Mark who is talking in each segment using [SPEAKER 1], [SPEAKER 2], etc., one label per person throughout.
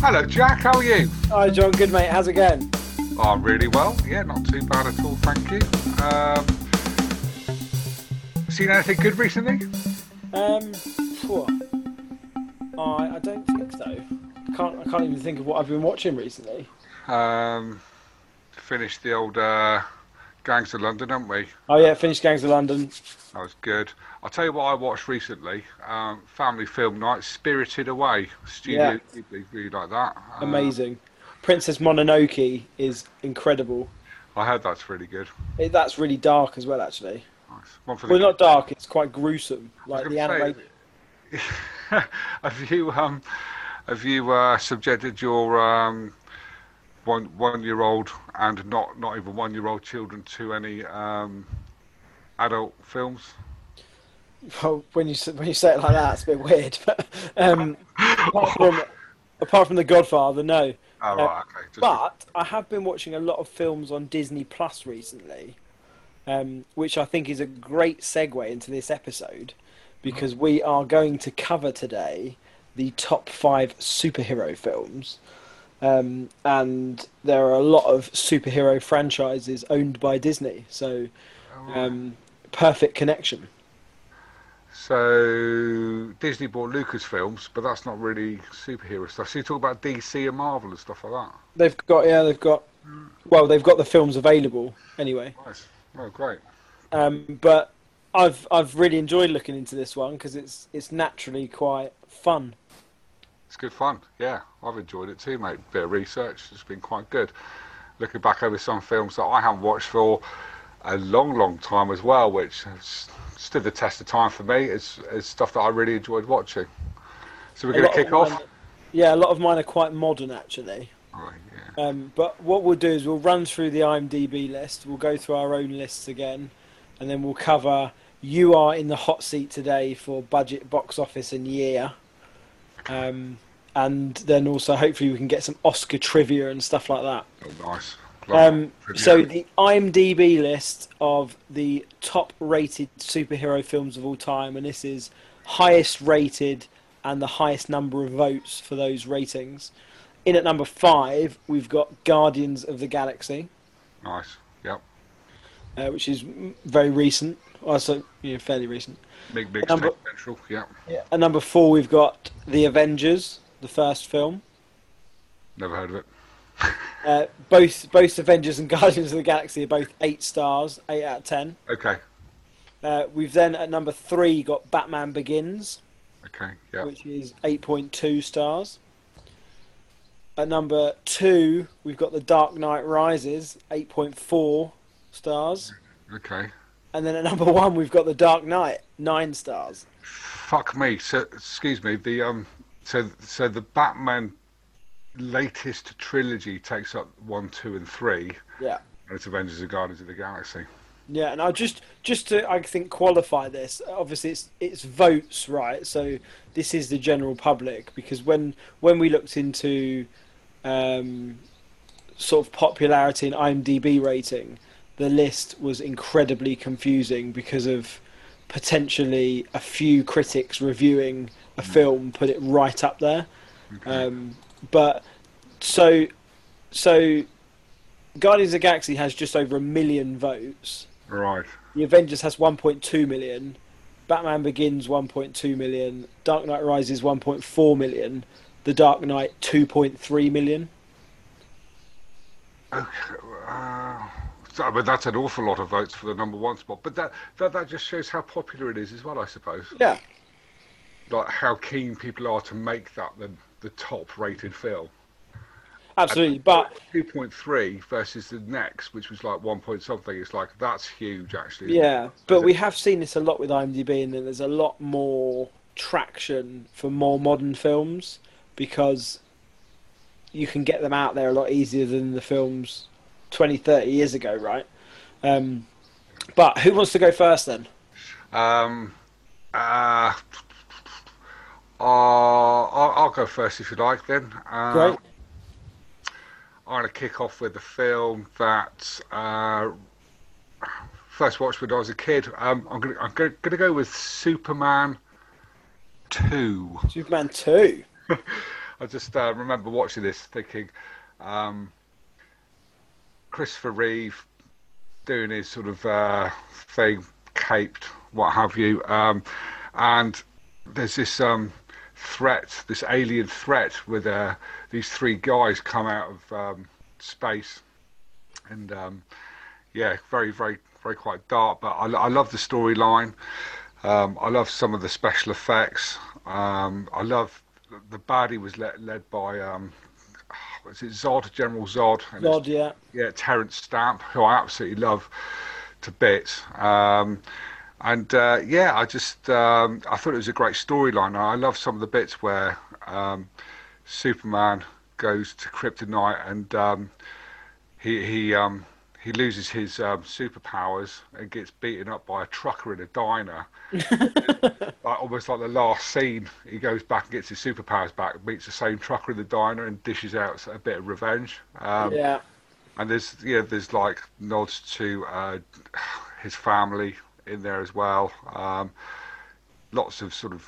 [SPEAKER 1] Hello, Jack. How are you?
[SPEAKER 2] Hi, John. Good, mate. How's it going?
[SPEAKER 1] Oh, I'm really well. Yeah, not too bad at all, thank you. Um, seen anything good recently?
[SPEAKER 2] Um, phew. I, I don't think so. I can't, I can't even think of what I've been watching recently.
[SPEAKER 1] Um, finished the old uh, Gangs of London, haven't we?
[SPEAKER 2] Oh, yeah, finished Gangs of London.
[SPEAKER 1] That was good. I'll tell you what I watched recently. Um, family film night, Spirited Away. Studio
[SPEAKER 2] Yeah.
[SPEAKER 1] Ghibli, really like that. Um,
[SPEAKER 2] Amazing. Princess Mononoke is incredible.
[SPEAKER 1] I heard that's really good.
[SPEAKER 2] It, that's really dark as well, actually.
[SPEAKER 1] Nice. One for the
[SPEAKER 2] Well, not dark, it's quite gruesome. Like
[SPEAKER 1] gonna
[SPEAKER 2] the
[SPEAKER 1] say-
[SPEAKER 2] anime.
[SPEAKER 1] have you um have you uh, subjected your um one one year old and not not even one year old children to any um adult films
[SPEAKER 2] Well, when you, s- when you say it like that, it's a bit weird. But um, apart, from, apart from The Godfather, no.
[SPEAKER 1] oh
[SPEAKER 2] Uh,
[SPEAKER 1] right okay just
[SPEAKER 2] But I have been watching a lot of films on Disney Plus recently, um, which I think is a great segue into this episode because we are going to cover today the top five superhero films. Um, and there are a lot of superhero franchises owned by Disney, so um, perfect connection.
[SPEAKER 1] so disney bought lucas films but that's not really superhero stuff so you talk about dc and marvel and stuff like that
[SPEAKER 2] They've got yeah, they've got well, they've got the films available anyway.
[SPEAKER 1] nice oh great
[SPEAKER 2] Um, but I've I've really enjoyed looking into this one because it's it's naturally quite fun.
[SPEAKER 1] It's good fun. Yeah, I've enjoyed it too, mate. Bit of research. It's been quite good. Looking back over some films that I haven't watched for a long, long time as well, which has stood the test of time for me. It's, it's stuff that I really enjoyed watching. So we're
[SPEAKER 2] A
[SPEAKER 1] going to
[SPEAKER 2] lot of um,
[SPEAKER 1] kick off.
[SPEAKER 2] mine- yeah, a lot of mine are quite modern actually.
[SPEAKER 1] Oh, yeah.
[SPEAKER 2] Um, but what we'll do is we'll run through the IMDb list. We'll go through our own lists again, and then we'll cover. You are in the hot seat today for budget, box office, and year. Um, and then also hopefully we can get some Oscar trivia and stuff like that.
[SPEAKER 1] Oh, nice.
[SPEAKER 2] Um,
[SPEAKER 1] Lovely.
[SPEAKER 2] so the IMDb list of the top-rated superhero films of all time, and this is highest rated and the highest number of votes for those ratings. In at number five, we've got Guardians of the Galaxy,
[SPEAKER 1] nice. Yep.
[SPEAKER 2] uh, which is mm, very recent, also you know, fairly recent.
[SPEAKER 1] Big, big
[SPEAKER 2] Number-
[SPEAKER 1] state central. Yep.
[SPEAKER 2] At number four, we've got The Avengers, the first film.
[SPEAKER 1] Never heard of it.
[SPEAKER 2] Uh, both both Avengers and Guardians of the Galaxy are both eight stars, eight out of ten.
[SPEAKER 1] Okay.
[SPEAKER 2] Uh, we've then at number three got Batman Begins,
[SPEAKER 1] Okay. Yeah.
[SPEAKER 2] which is 8.2 stars. At number two, we've got The Dark Knight Rises, 8.4 stars.
[SPEAKER 1] Okay.
[SPEAKER 2] And then at number one, we've got The Dark Knight, 9 stars.
[SPEAKER 1] Fuck me. So, excuse me. The um. So so the Batman latest trilogy takes up one, two, and three,
[SPEAKER 2] Yeah.
[SPEAKER 1] and it's Avengers and Guardians of the Galaxy.
[SPEAKER 2] Yeah, and I'll just just to I think qualify this. Obviously, it's it's votes, right? So this is the general public because when when we looked into um, sort of popularity and IMDb rating, the list was incredibly confusing because of potentially a few critics reviewing a film put it right up there. Um, but so so Guardians of the Galaxy has just over a million votes.
[SPEAKER 1] Right.
[SPEAKER 2] The Avengers has 1.2 million. Batman Begins 1.2 million. Dark Knight Rises 1.4 million. The Dark Knight 2.3 million.
[SPEAKER 1] Uh, so, but that's an awful lot of votes for the number one spot. But that that, that just shows how popular it is as well, I suppose.
[SPEAKER 2] Yeah.
[SPEAKER 1] Like how keen people are to make that the the top rated film.
[SPEAKER 2] Absolutely. But
[SPEAKER 1] 2.3 versus the next, which was like 1 point something, it's like that's huge actually.
[SPEAKER 2] yeah, but we have seen this a lot with IMDb and then there's a lot more traction for more modern films because you can get them out there a lot easier than the films 20, 30 years ago, right? Um, but who wants to go first then?
[SPEAKER 1] Um, uh, uh, I'll, I'll go first if you like then. Uh,
[SPEAKER 2] Great.
[SPEAKER 1] I'm going to kick off with a film that uh, first watched when I was a kid. Um, I'm going to I'm going to go with Superman 2.
[SPEAKER 2] Superman 2.
[SPEAKER 1] I just uh, remember watching this, thinking um, Christopher Reeve doing his sort of uh, thing, caped, what have you, um, and there's this um, threat, this alien threat, with uh, these three guys come out of um, space, and um, yeah, very, very, very quite dark. But I, I love the storyline. Um, I love some of the special effects. Um, I love the baddie was led, led by um, was it Zod, General Zod, and it's-
[SPEAKER 2] Lord, yeah.
[SPEAKER 1] yeah, Terrence Stamp, who I absolutely love to bits. Um, and uh, yeah, I just um, I thought it was a great storyline. I love some of the bits where um, Superman goes to Kryptonite and um, he he um, he loses his um, superpowers and gets beaten up by a trucker in a diner. like, almost like the last scene, he goes back and gets his superpowers back, meets the same trucker in the diner, and dishes out a bit of revenge. Um,
[SPEAKER 2] yeah.
[SPEAKER 1] and there's yeah, there's like nods to uh, his family in there as well. Um, lots of sort of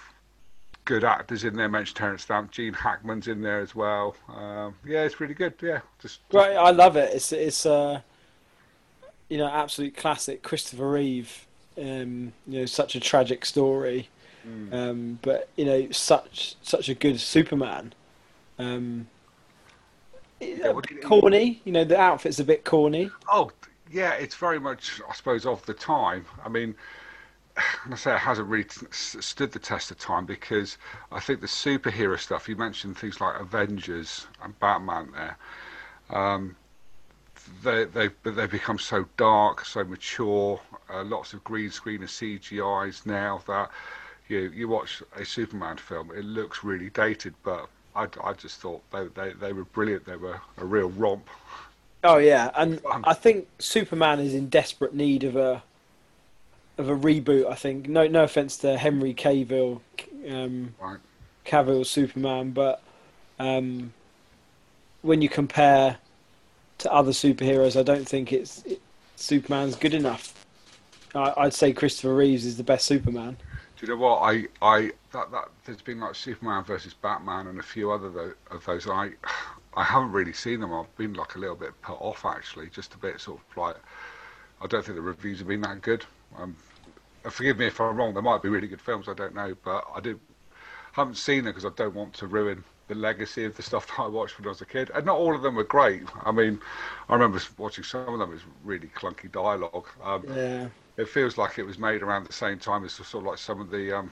[SPEAKER 1] good actors in there. Mentioned Terrence Stamp, Gene Hackman's in there as well. Um, yeah, it's really good. Yeah, just
[SPEAKER 2] Great, I love it. It's it's uh, you know absolute classic Christopher Reeve. Um, you know, such a tragic story,
[SPEAKER 1] Hmm.
[SPEAKER 2] um, but you know, such such a good Superman. Um,
[SPEAKER 1] Yeah,
[SPEAKER 2] a
[SPEAKER 1] what do
[SPEAKER 2] bit
[SPEAKER 1] you-
[SPEAKER 2] corny, you know, the outfit's a bit corny.
[SPEAKER 1] oh yeah, it's very much I suppose of the time. I mean. I say it hasn't really s- stood the test of time because I think the superhero stuff you mentioned things like Avengers and Batman there, um, they they but they become so dark, so mature. Uh, lots of green screen and CGI's now that you you watch a Superman film, it looks really dated. But I, I just thought they, they they were brilliant. They were a real romp.
[SPEAKER 2] Oh yeah, and
[SPEAKER 1] Um,
[SPEAKER 2] I think Superman is in desperate need of a of a reboot. I think no no offense to Henry Cavill, um,
[SPEAKER 1] Right?
[SPEAKER 2] Cavill Superman, but um, when you compare to other superheroes, I don't think it's it, Superman's good enough. I, I'd say Christopher Reeves is the best Superman.
[SPEAKER 1] Do you know what I I that that there's been like Superman versus Batman and a few other tho- of those. I I haven't really seen them. I've been like a little bit put off actually, just a bit sort of like I don't think the reviews have been that good. Um, uh, forgive me if I'm wrong. There might be really good films. I don't know, but I did haven't seen them because I don't want to ruin the legacy of the stuff that I watched when I was a kid. And not all of them were great. I mean, I remember s- watching some of them. It was really clunky dialogue. Um,
[SPEAKER 2] Yeah,
[SPEAKER 1] it feels like it was made around the same time as sort of like some of the um,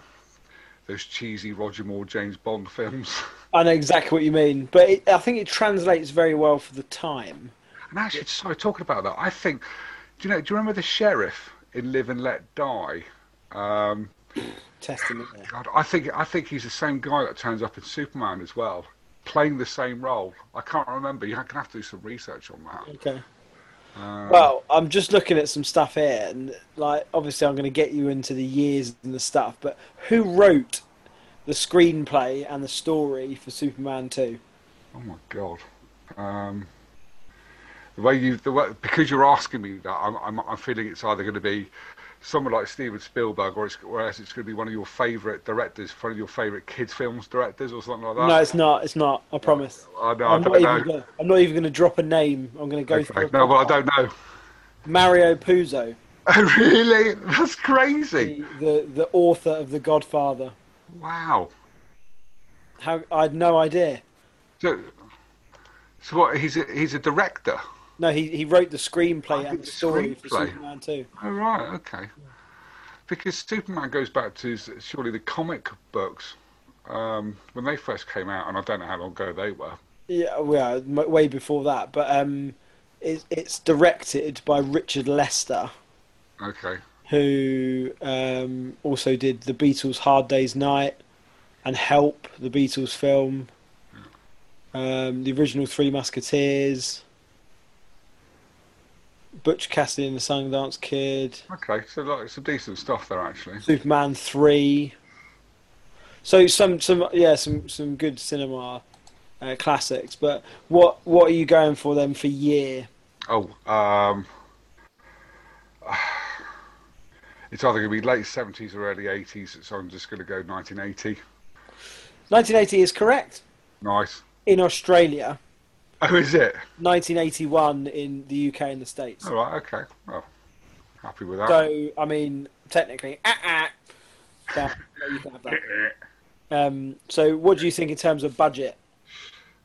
[SPEAKER 1] those cheesy Roger Moore James Bond films.
[SPEAKER 2] I know exactly what you mean, but it, I think it translates very well for the time.
[SPEAKER 1] And actually, sorry, talking about that, I think, do you know? Do you remember the sheriff in Live and Let Die? Um,
[SPEAKER 2] Testament there.
[SPEAKER 1] God, I think I think he's the same guy that turns up in Superman as well, playing the same role. I can't remember. You're gonna have to do some research on that.
[SPEAKER 2] Okay.
[SPEAKER 1] Um,
[SPEAKER 2] Well, I'm just looking at some stuff here, and like obviously, I'm going to get you into the years and the stuff. But who wrote the screenplay and the story for Superman 2?
[SPEAKER 1] oh my god. Um, the way you, the way, because you're asking me that, I'm, I'm, I'm feeling it's either going to be someone like Steven Spielberg, or, it's, or else it's going to be one of your favourite directors, one of your favourite kids films directors, or something like that.
[SPEAKER 2] No, it's not. It's not. I promise.
[SPEAKER 1] I know, I
[SPEAKER 2] I'm
[SPEAKER 1] don't
[SPEAKER 2] not,
[SPEAKER 1] know.
[SPEAKER 2] even gonna, I'm not even going to drop a name. I'm going to go
[SPEAKER 1] Okay.
[SPEAKER 2] through.
[SPEAKER 1] No, well, I don't know. Oh,
[SPEAKER 2] Mario Puzo,
[SPEAKER 1] really? That's crazy.
[SPEAKER 2] the, the the author of The Godfather.
[SPEAKER 1] Wow.
[SPEAKER 2] How I had no idea.
[SPEAKER 1] So, so what? He's a, he's a director.
[SPEAKER 2] No, he he wrote the
[SPEAKER 1] I
[SPEAKER 2] screenplay and
[SPEAKER 1] think the
[SPEAKER 2] the story for
[SPEAKER 1] screenplay.
[SPEAKER 2] Superman 2.
[SPEAKER 1] Oh right, okay. Because Superman goes back to s- surely the comic books um, when they first came out, and I don't know how long ago they were.
[SPEAKER 2] Yeah, well, m- way before that, but um, it's it's directed by Richard Lester,
[SPEAKER 1] Okay,
[SPEAKER 2] who um also did the Beatles' Hard Day's Night and Help, the Beatles film, um, the original Three Musketeers, Butch Cassidy and the Sundance Kid,
[SPEAKER 1] okay. So like some decent stuff there actually.
[SPEAKER 2] Superman three. So some some yeah some some good cinema uh, classics. But what what are you going for then for year?
[SPEAKER 1] Oh, um, it's either going to be late seventies or early eighties. So I'm just going to go 1980.
[SPEAKER 2] 1980 is correct.
[SPEAKER 1] Nice.
[SPEAKER 2] in Australia,
[SPEAKER 1] Oh, is it?
[SPEAKER 2] 1981 in the UK and the States.
[SPEAKER 1] All right. Okay. Well, happy with that.
[SPEAKER 2] So, I mean, technically, ah, ah, but you can have that. Um, so, what do you think in terms of budget?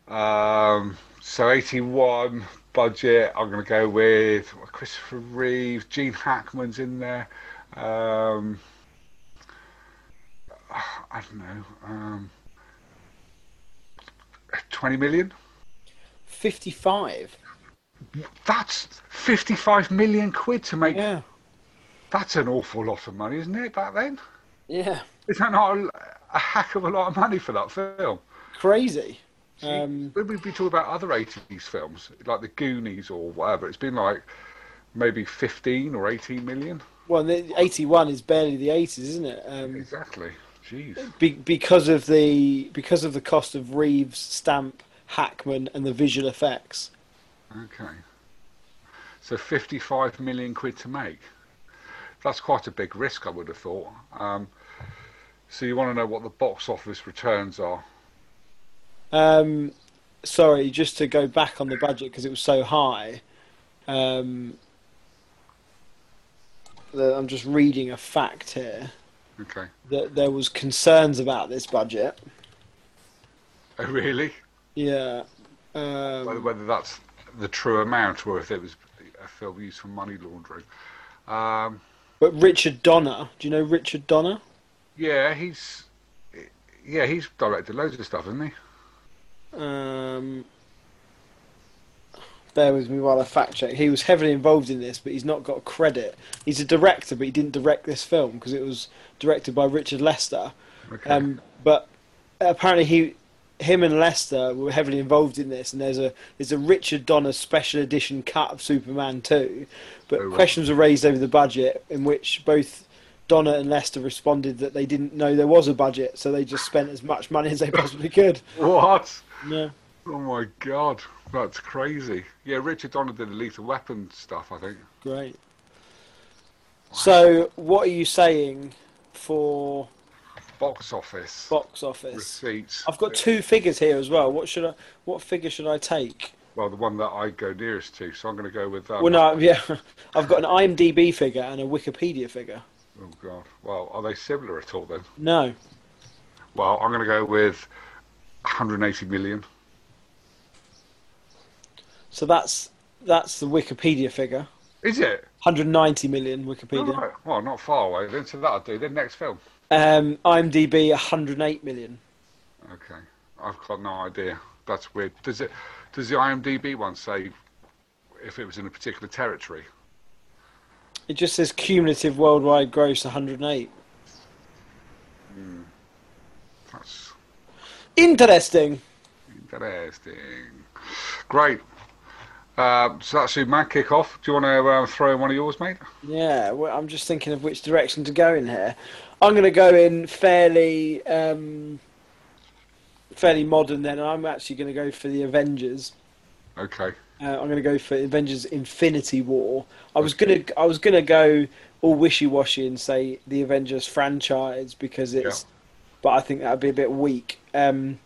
[SPEAKER 1] Um, so 81 budget. I'm going to go with Christopher Reeve. Gene Hackman's in there. Um, I don't know. Um, 20 million.
[SPEAKER 2] 55.
[SPEAKER 1] That's 55 million quid to make.
[SPEAKER 2] Yeah.
[SPEAKER 1] That's an awful lot of money, isn't it? Back then,
[SPEAKER 2] Yeah.
[SPEAKER 1] is that not a, a heck of a lot of money for that film?
[SPEAKER 2] Crazy. Um,
[SPEAKER 1] when we be talking about other 80s films, like the Goonies or whatever, it's been like maybe 15 or 18 million.
[SPEAKER 2] well, the- 81 is barely the 80s, isn't it? Um,
[SPEAKER 1] Exactly. Jeez.
[SPEAKER 2] be, because of the because of the cost of Reeves, Stamp, Hackman, and the visual effects.
[SPEAKER 1] Okay. So 55 million quid to make. That's quite a big risk, I would have thought. Um, so you want to know what the box office returns are?
[SPEAKER 2] Um, sorry, just to go back on the budget because it was so high. Um, the, I'm just reading a fact here
[SPEAKER 1] Okay.
[SPEAKER 2] that there was concerns about this budget.
[SPEAKER 1] Oh, really?
[SPEAKER 2] Yeah.
[SPEAKER 1] Whether,
[SPEAKER 2] Um,
[SPEAKER 1] whether that's the true amount or if it was a film used for money laundering. Um,
[SPEAKER 2] but Richard Donner, do you know Richard Donner?
[SPEAKER 1] yeah, he's yeah he's directed loads of stuff, hasn't he?
[SPEAKER 2] Um, bear with me while I fact check. He was heavily involved in this, but he's not got credit. He's a director, but he didn't direct this film because it was directed by Richard Lester.
[SPEAKER 1] Okay.
[SPEAKER 2] Um, but apparently he, him and Lester were heavily involved in this, and there's a there's a Richard Donner special edition cut of Superman 2. But
[SPEAKER 1] Oh, right.
[SPEAKER 2] questions were raised over the budget, in which both Donner and Lester responded that they didn't know there was a budget, so they just spent as much money as they possibly could.
[SPEAKER 1] what?
[SPEAKER 2] Yeah.
[SPEAKER 1] Oh my god, that's crazy. Yeah, Richard Donner did the Lethal Weapon stuff, I think.
[SPEAKER 2] Great. So, what are you saying for
[SPEAKER 1] Box office
[SPEAKER 2] box office?
[SPEAKER 1] receipts.
[SPEAKER 2] I've got two figures here as well. What should I? What figure should I take?
[SPEAKER 1] Well, the one that I go nearest to, so I'm going to go with that.
[SPEAKER 2] Well, no, yeah, I've got an IMDb figure and a Wikipedia figure.
[SPEAKER 1] Oh god. Well, are they similar at all then?
[SPEAKER 2] No,
[SPEAKER 1] Well, I'm going to go with 180 million.
[SPEAKER 2] so that's that's the Wikipedia figure.
[SPEAKER 1] Is it?
[SPEAKER 2] 190 million
[SPEAKER 1] All
[SPEAKER 2] Wikipedia.
[SPEAKER 1] right. Well, not far away. Then so that'll do. Then next film.
[SPEAKER 2] Um, IMDb 108 million.
[SPEAKER 1] Okay. I've got no idea. That's weird. Does it? Does the IMDb one say if it was in a particular territory?
[SPEAKER 2] It just says cumulative worldwide gross 108.
[SPEAKER 1] That's
[SPEAKER 2] Interesting.
[SPEAKER 1] Interesting. Great. Uh, so that's your mad kick off. Do you want to um, throw in one of yours, mate?
[SPEAKER 2] Yeah, well, I'm just thinking of which direction to go in here. I'm going to go in fairly, um, fairly modern. Then I'm actually going to go for the Avengers.
[SPEAKER 1] Okay.
[SPEAKER 2] Uh, I'm going to go for Avengers: Infinity War. I was going to, I was going to go all wishy-washy and say the Avengers franchise because it's, but I think that would be a bit weak. Um,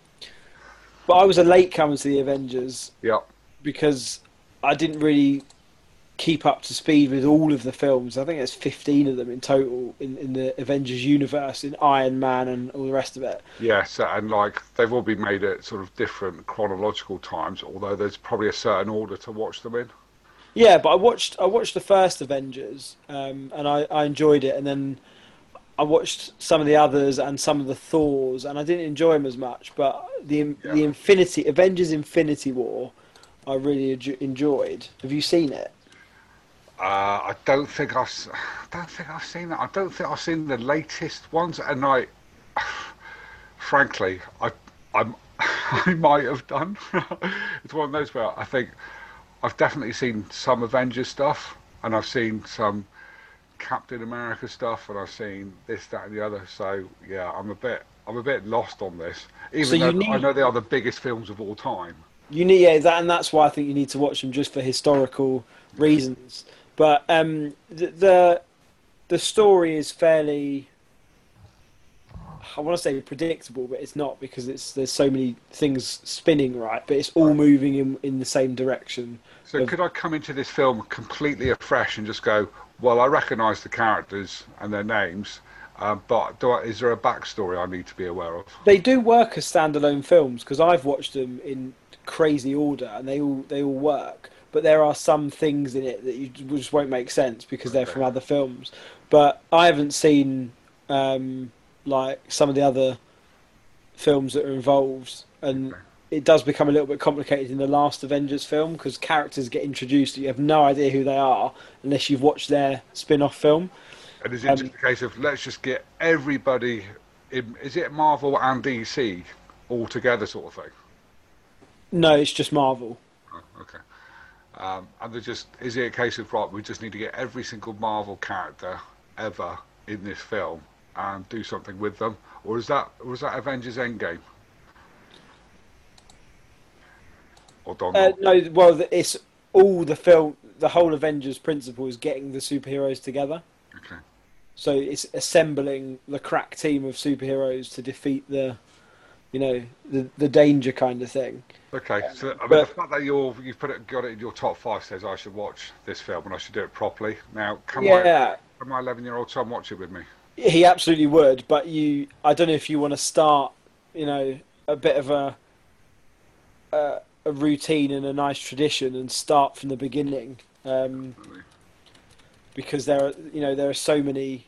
[SPEAKER 2] but I was a late comer to the Avengers
[SPEAKER 1] Yeah.
[SPEAKER 2] because I didn't really keep up to speed with all of the films. I think there's 15 of them in total in, in the Avengers universe, in Iron Man and all the rest of it.
[SPEAKER 1] Yeah. So, and like they've all been made at sort of different chronological times, although there's probably a certain order to watch them in.
[SPEAKER 2] Yeah, but I watched I watched the first Avengers um, and I, I enjoyed it, and then I watched some of the others and some of the Thors, and I didn't enjoy them as much. But the the
[SPEAKER 1] Yeah.
[SPEAKER 2] Infinity Avengers Infinity War, I really enjo- enjoyed. Have you seen it?
[SPEAKER 1] Uh, I don't think I've, s- I don't think I've seen that. I don't think I've seen the latest ones. And I, frankly, I, I'm, I might have done. it's one of those where I think I've definitely seen some Avengers stuff, and I've seen some Captain America stuff, and I've seen this, that, and the other. So yeah, I'm a bit, I'm a bit lost on this. Even
[SPEAKER 2] So you
[SPEAKER 1] though I
[SPEAKER 2] need-
[SPEAKER 1] know they are the biggest films of all time.
[SPEAKER 2] You need yeah, that, and that's why I think you need to watch them just for historical reasons. But um, the, the the story is fairly I want to say predictable, but it's not because it's there's so many things spinning right, but it's all moving in in the same direction.
[SPEAKER 1] So could I come into this film completely afresh and just go, well, I recognise the characters and their names, um, but do I, is there a backstory I need to be aware of?
[SPEAKER 2] They do work as standalone films because I've watched them in crazy order, and they all they all work. But there are some things in it that you j- just won't make sense because they're from other films. But I haven't seen um, like some of the other films that are involved, and it does become a little bit complicated in the last Avengers film because characters get introduced that you have no idea who they are unless you've watched their spin-off film.
[SPEAKER 1] And is it just a case of let's just get everybody? In, is it Marvel and DC all together, sort of thing?
[SPEAKER 2] No, it's just Marvel.
[SPEAKER 1] Oh, okay. Um, and they're just is it a case of right? We just need to get every single Marvel character ever in this film and do something with them, or is that or is that Avengers Endgame? Or Don?
[SPEAKER 2] Uh, no, well, th- it's all the film. The whole Avengers principle is getting the superheroes together.
[SPEAKER 1] okay.
[SPEAKER 2] So it's assembling the crack team of superheroes to defeat the, you know, the the danger kind of thing.
[SPEAKER 1] Okay, so I mean,
[SPEAKER 2] but-
[SPEAKER 1] the fact that you're, you've put it, got it in your top five says I should watch this film and I should do it properly. Now, can
[SPEAKER 2] Yeah.
[SPEAKER 1] my can my 11 year old son watch it with me?
[SPEAKER 2] He absolutely would, but you, I don't know if you want to start, you know, a bit of a, a, a routine and a nice tradition and start from the beginning, um, because there are, you know, there are so many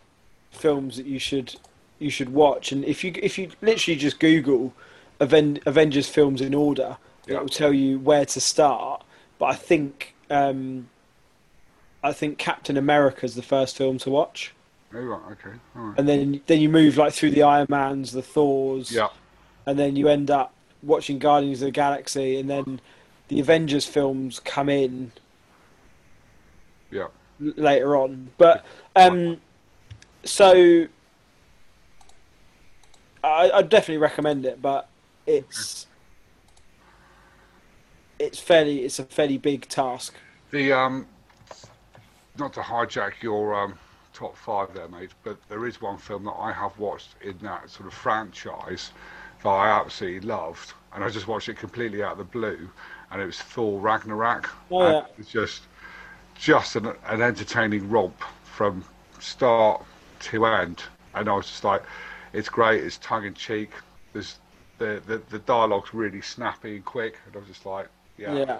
[SPEAKER 2] films that you should you should watch, and if you if you literally just Google Aven- Avengers films in order,
[SPEAKER 1] Yeah.
[SPEAKER 2] it will tell you where to start. But I think um, I think Captain America is the first film to watch
[SPEAKER 1] Oh, right, okay, all right.
[SPEAKER 2] and then then you move like through the Iron Mans, the Thors,
[SPEAKER 1] Yeah,
[SPEAKER 2] and then you end up watching Guardians of the Galaxy, and then the Avengers films come in
[SPEAKER 1] yeah.
[SPEAKER 2] l- later on. But um, so I, I definitely recommend it, but it's it's fairly it's a fairly big task.
[SPEAKER 1] The um, not to hijack your um, top five there, mate, but there is one film that I have watched in that sort of franchise that I absolutely loved, and I just watched it completely out of the blue, and it was Thor Ragnarok.
[SPEAKER 2] Oh,
[SPEAKER 1] and
[SPEAKER 2] yeah.
[SPEAKER 1] It's just just an, an entertaining romp from start to end, and I was just like, it's great, it's tongue in cheek. There's the, the the dialogue's really snappy and quick, and I was just like,
[SPEAKER 2] yeah.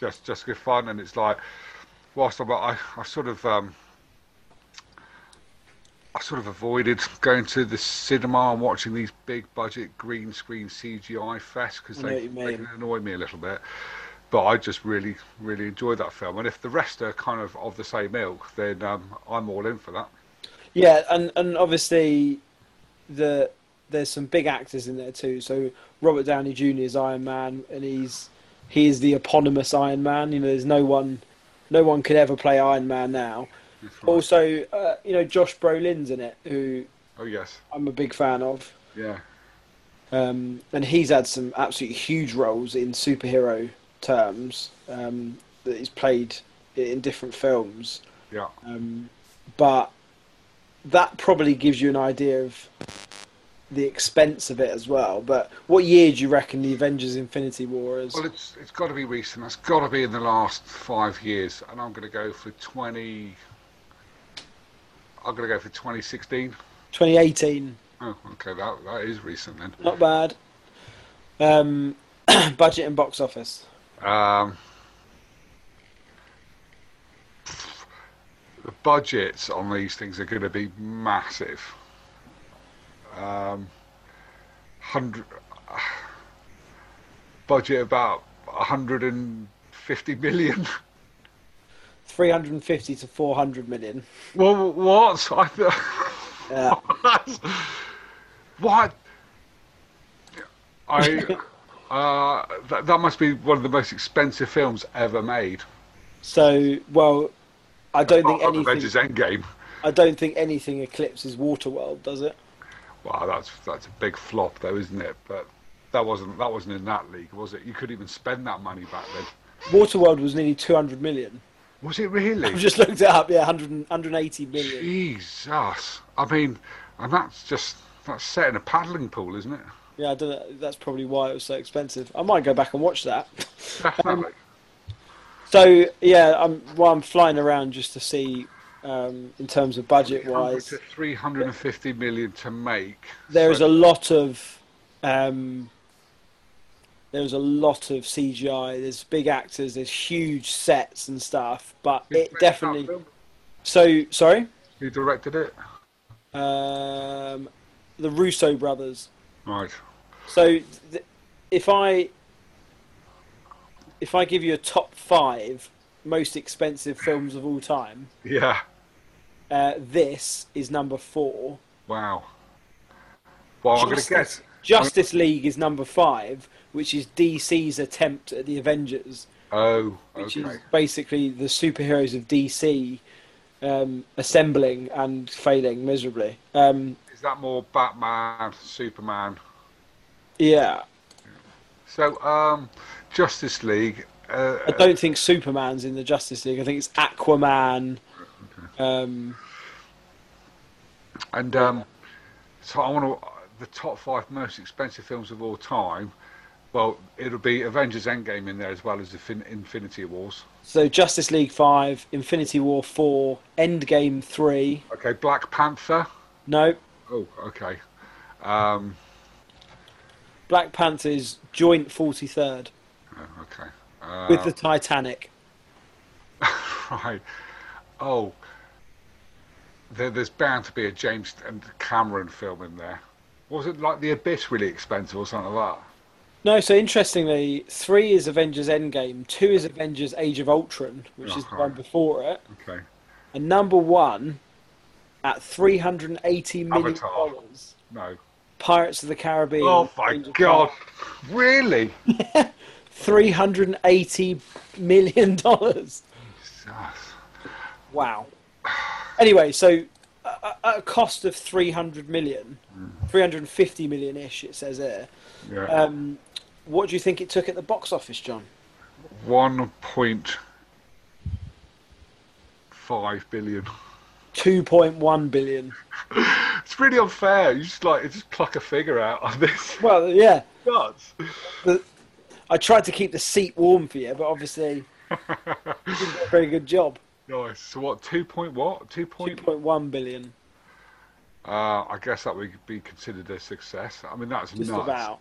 [SPEAKER 1] just just good fun and it's like whilst I'm, I, I sort of um I sort of avoided going to the cinema and watching these big budget green screen CGI fests because
[SPEAKER 2] I know
[SPEAKER 1] they,
[SPEAKER 2] what you
[SPEAKER 1] they
[SPEAKER 2] mean.
[SPEAKER 1] can annoy me a little bit. But I just really, really enjoyed that film. And if the rest are kind of of the same ilk, then um, I'm all in for that.
[SPEAKER 2] Yeah, and and obviously, the there's some big actors in there too. So Robert Downey Jr. is Iron Man, and he's he is the eponymous Iron Man. You know, there's no one, no one could ever play Iron Man now.
[SPEAKER 1] That's right.
[SPEAKER 2] Also, uh, you know, Josh Brolin's in it, who
[SPEAKER 1] Oh, yes.
[SPEAKER 2] I'm a big fan of,
[SPEAKER 1] Yeah.
[SPEAKER 2] um, and he's had some absolutely huge roles in superhero terms um, that he's played i- in different films
[SPEAKER 1] Yeah.
[SPEAKER 2] um, but that probably gives you an idea of the expense of it as well. But what year do you reckon the Avengers Infinity War is?
[SPEAKER 1] Well, it's it's got to be recent. That's got to be in the last five years, and I'm going to go for 20. I'm going to go for 2016.
[SPEAKER 2] 2018,
[SPEAKER 1] Oh, okay, that that is recent then.
[SPEAKER 2] not bad. Um, budget and box office.
[SPEAKER 1] Um, the budgets on these things are going to be massive. Um, hundred budget about 150 million.
[SPEAKER 2] 350 to 400 million. Uh,
[SPEAKER 1] Well, what? I th-
[SPEAKER 2] Yeah.
[SPEAKER 1] Oh. what? I uh, that, that must be one of the most expensive films ever made.
[SPEAKER 2] so, well, I don't
[SPEAKER 1] Apart
[SPEAKER 2] think
[SPEAKER 1] from
[SPEAKER 2] anything.
[SPEAKER 1] Avengers Endgame.
[SPEAKER 2] I don't think anything eclipses Waterworld, does it?
[SPEAKER 1] Wow, that's that's a big flop, though, isn't it? But that wasn't that wasn't in that league, was it? You couldn't even spend that money back then.
[SPEAKER 2] Waterworld was nearly 200 million.
[SPEAKER 1] Was it
[SPEAKER 2] I've
[SPEAKER 1] really?
[SPEAKER 2] just looked it up. Yeah, 100, 180 million.
[SPEAKER 1] Jesus. I mean, and that's just That's set in a paddling pool, isn't it?
[SPEAKER 2] Yeah, I don't know. That's probably why it was so expensive. I might go back and watch that.
[SPEAKER 1] Definitely.
[SPEAKER 2] So yeah, I'm well, I'm flying around just to see, um, in terms of budget wise,
[SPEAKER 1] to 350 million to make.
[SPEAKER 2] there is
[SPEAKER 1] so
[SPEAKER 2] a lot of, um, there's a lot of CGI. There's big actors. There's huge sets and stuff. But
[SPEAKER 1] who
[SPEAKER 2] it
[SPEAKER 1] directed that
[SPEAKER 2] definitely.
[SPEAKER 1] film?
[SPEAKER 2] So sorry,
[SPEAKER 1] Who directed it?
[SPEAKER 2] um, the Russo brothers.
[SPEAKER 1] Right.
[SPEAKER 2] So th- if I if I give you a top five most expensive films of all time,
[SPEAKER 1] Yeah.
[SPEAKER 2] uh, this is number four.
[SPEAKER 1] Wow. Well, Oh, I'm going to
[SPEAKER 2] Justice,
[SPEAKER 1] guess.
[SPEAKER 2] Justice League is number five, which is DC's attempt at the Avengers,
[SPEAKER 1] Oh,
[SPEAKER 2] which
[SPEAKER 1] okay.
[SPEAKER 2] is basically the superheroes of DC um, assembling and failing miserably. Um,
[SPEAKER 1] Is that more Batman, Superman?
[SPEAKER 2] yeah,
[SPEAKER 1] So, um, Justice League. Uh,
[SPEAKER 2] I don't think Superman's in the Justice League. I think it's Aquaman. Um,
[SPEAKER 1] and um, so I want to. The top five most expensive films of all time. Well, it'll be Avengers Endgame in there as well as the fin- Infinity Wars.
[SPEAKER 2] so Justice League five, Infinity War four, Endgame three.
[SPEAKER 1] Okay, Black Panther.
[SPEAKER 2] No,
[SPEAKER 1] Oh, okay. Um,
[SPEAKER 2] Black Panther's joint forty third
[SPEAKER 1] oh, okay. Uh,
[SPEAKER 2] with the Titanic.
[SPEAKER 1] Right. Oh, there, there's bound to be a James and Cameron film in there. Was it like The Abyss really expensive or something like that?
[SPEAKER 2] No, so interestingly, three is Avengers Endgame, two is Avengers Age of Ultron, which
[SPEAKER 1] Uh-huh.
[SPEAKER 2] is the one before it,
[SPEAKER 1] Okay.
[SPEAKER 2] and number one at three hundred and eighty million
[SPEAKER 1] Avatar.
[SPEAKER 2] dollars,
[SPEAKER 1] No.
[SPEAKER 2] Pirates of the Caribbean.
[SPEAKER 1] Oh my God. Really?
[SPEAKER 2] Three hundred and eighty million dollars.
[SPEAKER 1] Jesus.
[SPEAKER 2] Wow. Anyway, so uh, at a cost of three hundred million, three hundred and fifty million ish, it says there.
[SPEAKER 1] Yeah.
[SPEAKER 2] Um, what do you think it took at the box office, John?
[SPEAKER 1] 1.5 billion.
[SPEAKER 2] Two point one billion.
[SPEAKER 1] It's really unfair. You just like you just pluck a figure out on this.
[SPEAKER 2] Well, yeah.
[SPEAKER 1] Nuts.
[SPEAKER 2] the, I tried to keep the seat warm for you, but obviously you didn't do a very good job.
[SPEAKER 1] Nice. So what? Two point what? Two point.
[SPEAKER 2] 2.1 billion,
[SPEAKER 1] Uh, I guess that would be considered a success. I mean, that's
[SPEAKER 2] just
[SPEAKER 1] nuts.
[SPEAKER 2] about.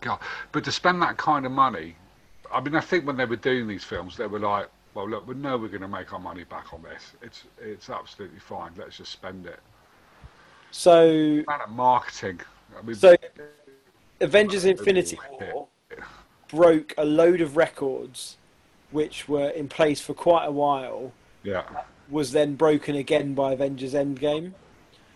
[SPEAKER 1] God. But to spend that kind of money, I mean, I think when they were doing these films, they were like, well, look, we know we're going to make our money back on this. It's it's absolutely fine. Let's just spend it.
[SPEAKER 2] So,
[SPEAKER 1] Man, at marketing. I mean,
[SPEAKER 2] so Avengers: Infinity War broke a load of records, which were in place for quite a while.
[SPEAKER 1] yeah,
[SPEAKER 2] Was then broken again by Avengers: Endgame.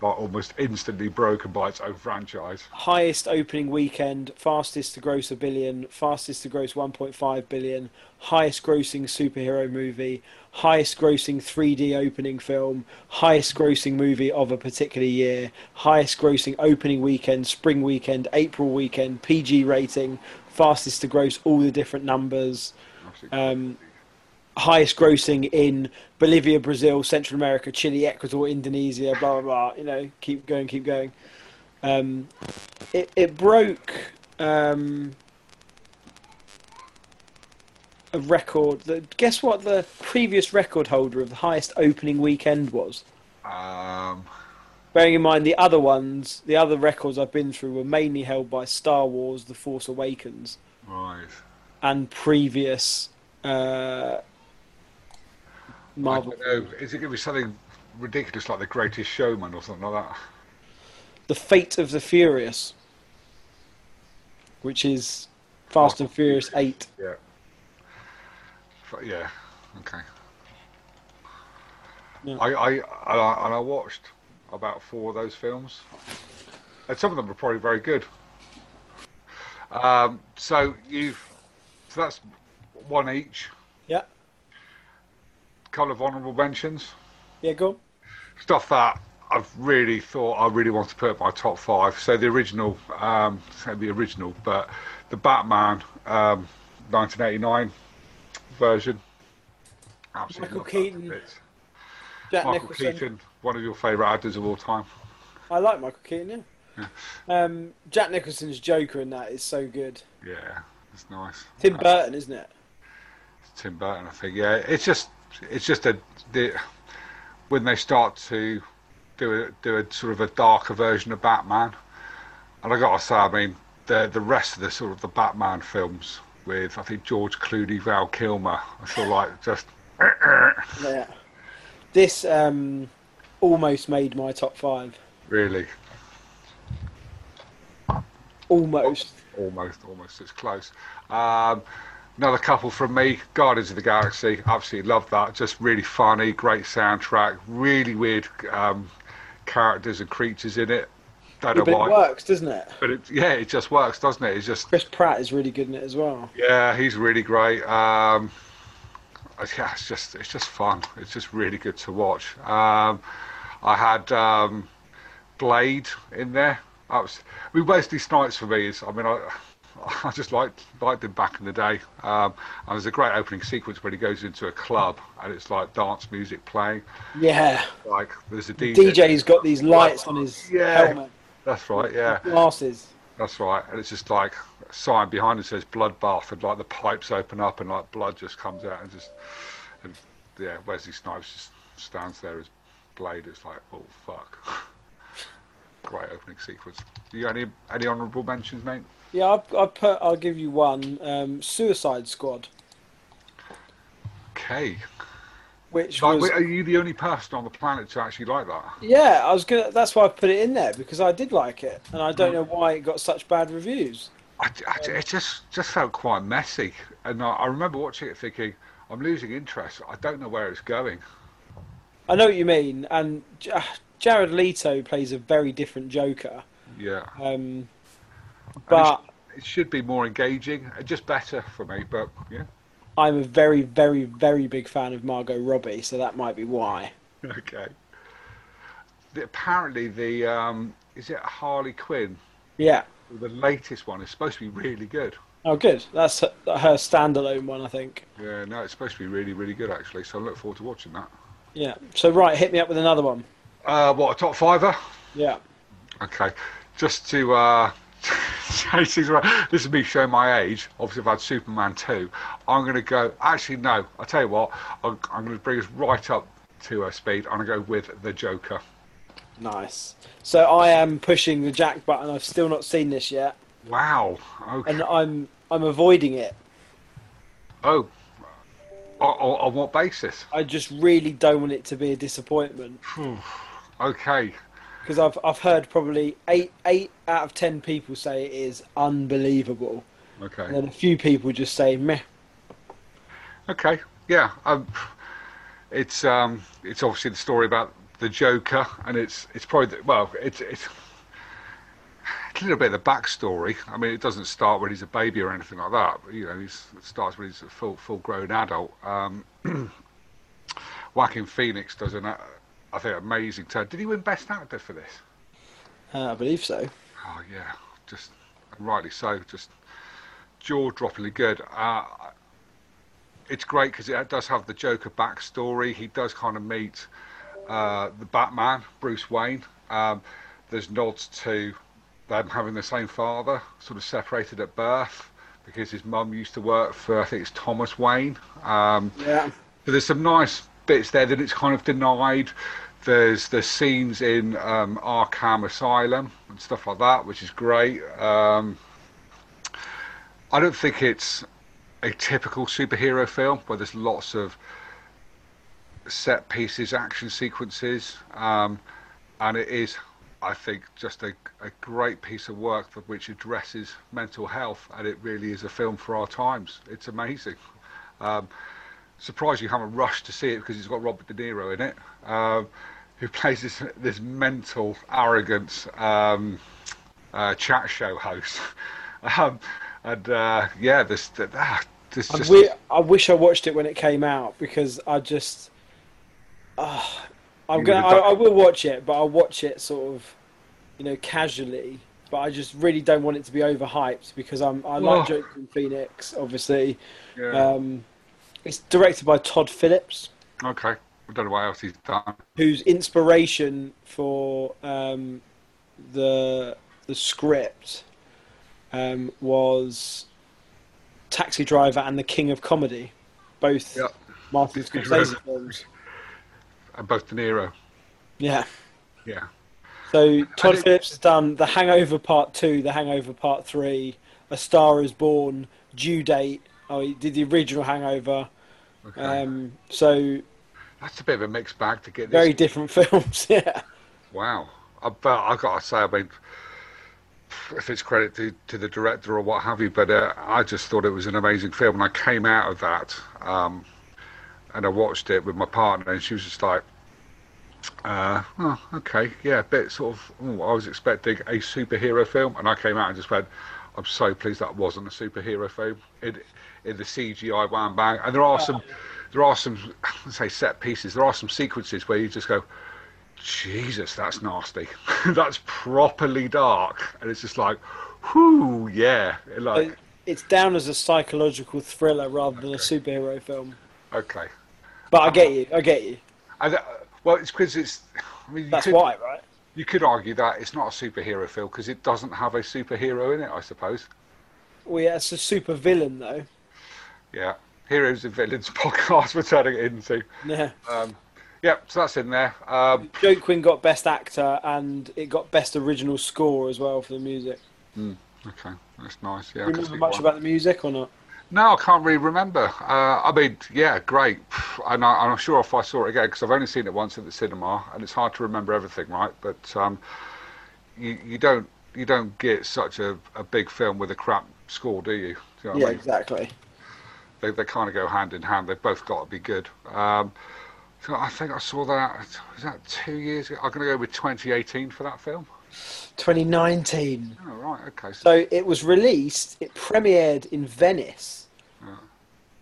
[SPEAKER 1] like almost instantly broken by its own franchise.
[SPEAKER 2] Highest opening weekend, fastest to gross a billion, fastest to gross 1.5 billion, highest grossing superhero movie, highest grossing 3D opening film, highest grossing movie of a particular year, highest grossing opening weekend, spring weekend, April weekend, PG rating, fastest to gross all the different numbers,
[SPEAKER 1] Absolutely.
[SPEAKER 2] um, highest grossing in Bolivia, Brazil, Central America, Chile, Ecuador, Indonesia, blah blah blah. You know, keep going, keep going. Um, it it broke um, a record. That, guess what the previous record holder of the highest opening weekend was.
[SPEAKER 1] um,
[SPEAKER 2] Bearing in mind the other ones, the other records I've been through were mainly held by Star Wars: The Force Awakens
[SPEAKER 1] right.
[SPEAKER 2] and previous uh,
[SPEAKER 1] I
[SPEAKER 2] Marvel.
[SPEAKER 1] don't know. Is it going to be something ridiculous like The Greatest Showman or something like that?
[SPEAKER 2] The Fate of the Furious, which is Fast and Furious 8.
[SPEAKER 1] Yeah. F- Yeah. Okay.
[SPEAKER 2] Yeah.
[SPEAKER 1] I, I, I, I- and I watched about four of those films, and some of them were probably very good. Um, so you've, so that's one each.
[SPEAKER 2] Yeah,
[SPEAKER 1] Couple of honourable mentions.
[SPEAKER 2] yeah, go. on.
[SPEAKER 1] Stuff that I've really thought I really want to put in my top five. So the original, um, say the original, but the Batman, um, 1989 version. Absolutely
[SPEAKER 2] Michael
[SPEAKER 1] love that to
[SPEAKER 2] Keaton.
[SPEAKER 1] bits.
[SPEAKER 2] Jack
[SPEAKER 1] Michael
[SPEAKER 2] Nicholson.
[SPEAKER 1] Keaton, one of your favourite actors of all time.
[SPEAKER 2] I like Michael Keaton. Yeah. Um, Jack Nicholson's Joker in that is so good.
[SPEAKER 1] Yeah, it's nice.
[SPEAKER 2] Tim Burton, isn't it?
[SPEAKER 1] Tim Burton, I think. Yeah, it's just it's just a the, when they start to do a do a sort of a darker version of Batman, and I gotta say, I mean the the rest of the sort of the Batman films with I think George Clooney, Val Kilmer, I feel like just
[SPEAKER 2] Yeah. This um, almost made my top five.
[SPEAKER 1] really
[SPEAKER 2] Almost.
[SPEAKER 1] almost almost it's close. Um, another couple from me, Guardians of the Galaxy. Absolutely love that. Just really funny, great soundtrack, really weird um, characters and creatures in it. Don't
[SPEAKER 2] Yeah,
[SPEAKER 1] know
[SPEAKER 2] but
[SPEAKER 1] why,
[SPEAKER 2] it works, doesn't it?
[SPEAKER 1] but it, yeah, it just works, doesn't it? It's just
[SPEAKER 2] Chris Pratt is really good in it as well.
[SPEAKER 1] Yeah, he's really great. Um, uh, yeah, it's just it's just fun. It's just really good to watch. Um, I had um, Blade in there. I, was, I mean, Wesley Snipes for me is. I mean, I I just liked liked him back in the day. Um, and there's a great opening sequence when he goes into a club and it's like dance music playing.
[SPEAKER 2] Yeah.
[SPEAKER 1] Like there's a DJ.
[SPEAKER 2] DJ's got these lights on his
[SPEAKER 1] Yeah.
[SPEAKER 2] helmet,
[SPEAKER 1] That's right. Yeah.
[SPEAKER 2] glasses.
[SPEAKER 1] That's right, and it's just like a sign behind it says bloodbath, and like the pipes open up, and like blood just comes out, and just and yeah, Wesley Snipes just stands there as Blade. It's like, oh fuck, great opening sequence. Do you got any any honourable mentions, mate?
[SPEAKER 2] Yeah, I'll, I'll put. I'll give you one. Um, Suicide Squad,
[SPEAKER 1] Okay,
[SPEAKER 2] which
[SPEAKER 1] like,
[SPEAKER 2] was
[SPEAKER 1] wait, are you the only person on the planet to actually like that?
[SPEAKER 2] yeah. I was gonna. That's why I put it in there because I did like it, and I
[SPEAKER 1] Hmm.
[SPEAKER 2] don't know why it got such bad reviews.
[SPEAKER 1] I, I- it just just felt quite messy, and I, I remember watching it thinking, I'm losing interest. I don't know where it's going.
[SPEAKER 2] I know what you mean, and J- ah, Jared Leto plays a very different Joker,
[SPEAKER 1] Yeah.
[SPEAKER 2] um, but
[SPEAKER 1] it should be more engaging and just better for me. But yeah,
[SPEAKER 2] I'm a very, very, very big fan of Margot Robbie, so that might be why.
[SPEAKER 1] okay. The- apparently, the um, is it Harley Quinn?
[SPEAKER 2] Yeah.
[SPEAKER 1] The latest one is supposed to be really good.
[SPEAKER 2] Oh, good. That's her, her standalone one, I think.
[SPEAKER 1] Yeah, no, it's supposed to be really, really good actually. So I look forward to watching that.
[SPEAKER 2] Yeah. So right, hit me up with another one.
[SPEAKER 1] Uh, what a top fiver?
[SPEAKER 2] Yeah.
[SPEAKER 1] Okay, just to uh, change things around. This is me showing my age. Obviously, I've had Superman 2. I'm going to go. Actually, no. I'll tell you what. I'm, I'm going to bring us right up to uh, speed. I'm going to go with the Joker.
[SPEAKER 2] Nice. So I am pushing the jack button. I've still not seen this yet,
[SPEAKER 1] Wow. Okay.
[SPEAKER 2] and I'm I'm avoiding it.
[SPEAKER 1] Oh, o- o- on what basis?
[SPEAKER 2] I just really don't want it to be a disappointment
[SPEAKER 1] Okay,
[SPEAKER 2] because I've I've heard probably eight eight out of ten people say it is unbelievable, and
[SPEAKER 1] okay,
[SPEAKER 2] then a few people just say meh.
[SPEAKER 1] okay. Yeah, um, it's um, it's obviously the story about the Joker, and it's it's probably the, well, it's it's a little bit of the backstory. I mean, it doesn't start when he's a baby or anything like that. But, you know, he's, it starts when he's a full full grown adult. Um, Joaquin Phoenix does an, uh, I think, amazing turn. Did he win Best Actor for this?
[SPEAKER 2] Uh, I believe so.
[SPEAKER 1] Oh yeah, just rightly so. Just jaw-droppingly good. Uh, it's great because it does have the Joker backstory. He does kind of meet uh, the Batman, Bruce Wayne. Um, there's nods to them having the same father, sort of separated at birth, because his mum used to work for I think it's Thomas Wayne. Um,
[SPEAKER 2] Yeah.
[SPEAKER 1] but there's some nice bits there that it's kind of denied. There's the scenes in um, Arkham Asylum and stuff like that, which is great. Um, I don't think it's a typical superhero film where there's lots of set pieces, action sequences, um, and it is, I think, just a, a great piece of work that- which addresses mental health, and it really is a film for our times. It's amazing. Um, surprised you haven't rushed to see it because it's got Robert De Niro in it, um, who plays this this mental, arrogant um, uh, chat show host. um, and uh, yeah, this, th- ah, this
[SPEAKER 2] I,
[SPEAKER 1] just
[SPEAKER 2] wi- I wish I watched it when it came out because I just, ah, I'm
[SPEAKER 1] You
[SPEAKER 2] gonna.
[SPEAKER 1] would've
[SPEAKER 2] I,
[SPEAKER 1] done-
[SPEAKER 2] I will watch it, but I'll watch it sort of, you know, casually. But I just really don't want it to be overhyped because I'm. I like
[SPEAKER 1] Well-
[SPEAKER 2] Joker and Phoenix, obviously.
[SPEAKER 1] yeah.
[SPEAKER 2] Um, it's directed by Todd Phillips,
[SPEAKER 1] okay. I don't know what else he's done.
[SPEAKER 2] whose inspiration for um, the the script um, was Taxi Driver and The King of Comedy, both
[SPEAKER 1] Yep.
[SPEAKER 2] Martin
[SPEAKER 1] Disney
[SPEAKER 2] Scorsese films.
[SPEAKER 1] and Uh, both De Niro.
[SPEAKER 2] Yeah.
[SPEAKER 1] Yeah,
[SPEAKER 2] So Todd
[SPEAKER 1] it-
[SPEAKER 2] Phillips has done The Hangover Part Two, The Hangover Part Three, A Star Is Born, Due Date. Oh, he did the original Hangover.
[SPEAKER 1] okay.
[SPEAKER 2] Um, so
[SPEAKER 1] that's a bit of a mixed bag to get this.
[SPEAKER 2] very different films. Yeah.
[SPEAKER 1] Wow, I, but I gotta say, I mean, if it's credit to, to the director or what have you, but uh, I just thought it was an amazing film, and I came out of that, um, and I watched it with my partner, and she was just like, uh, "Oh, okay, yeah, a bit sort of." ooh, I was expecting a superhero film, and I came out and just went, "I'm so pleased that wasn't a superhero film." In in the CGI wham bang, and there are some, there are some, say set pieces. There are some sequences where you just go. Jesus, that's nasty. that's properly dark, and it's just like, whoo, yeah. Like,
[SPEAKER 2] So it's down as a psychological thriller rather than a superhero film.
[SPEAKER 1] okay.
[SPEAKER 2] But I get you. I get you.
[SPEAKER 1] And that, well, it's because it's. I mean, you
[SPEAKER 2] That's
[SPEAKER 1] could,
[SPEAKER 2] why, right?
[SPEAKER 1] You could argue that it's not a superhero film because it doesn't have a superhero in it, I suppose.
[SPEAKER 2] Well, yeah, it's a super villain though.
[SPEAKER 1] Yeah. Heroes and villains podcast. We're turning it into.
[SPEAKER 2] Yeah.
[SPEAKER 1] Um, yep. So that's in there. Um,
[SPEAKER 2] Joe Quinn got Best Actor and it got Best Original Score as well for the music.
[SPEAKER 1] okay. That's nice. Yeah. I can
[SPEAKER 2] Do you remember
[SPEAKER 1] see
[SPEAKER 2] much
[SPEAKER 1] why.
[SPEAKER 2] about the music or not?
[SPEAKER 1] No, I can't really remember. Uh, I mean, yeah, great. And I, I'm sure if I saw it again, because I've only seen it once at the cinema, and it's hard to remember everything, right? But um, you, you don't you don't get such a, a big film with a crap score, do you? Do you know what I
[SPEAKER 2] Yeah,
[SPEAKER 1] mean?
[SPEAKER 2] exactly.
[SPEAKER 1] they, they kind of go hand in hand. They've both got to be good. Um, so I think I saw that. Was that two years ago? I'm going to go with 2018 for that film.
[SPEAKER 2] 2019.
[SPEAKER 1] Oh, right, okay. So,
[SPEAKER 2] So it was released, it premiered in Venice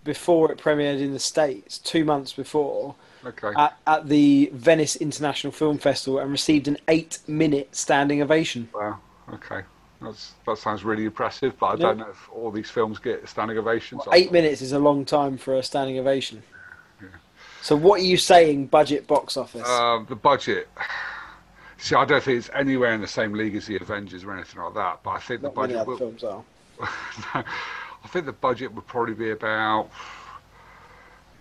[SPEAKER 2] before it premiered in the States, two months before,
[SPEAKER 1] okay.
[SPEAKER 2] at, at the Venice International Film Festival and received an eight minute standing ovation.
[SPEAKER 1] Wow. Okay. That's that sounds really impressive, but I
[SPEAKER 2] Yeah.
[SPEAKER 1] don't know if all these films get standing ovations. I-
[SPEAKER 2] Eight minutes is a long time for a standing ovation. So what are you saying, budget box office?
[SPEAKER 1] Um, the budget. See, I don't think it's anywhere in the same league as the Avengers or anything like that. But I think the
[SPEAKER 2] Not many
[SPEAKER 1] budget.
[SPEAKER 2] other
[SPEAKER 1] Will,
[SPEAKER 2] films are.
[SPEAKER 1] I think the budget would probably be about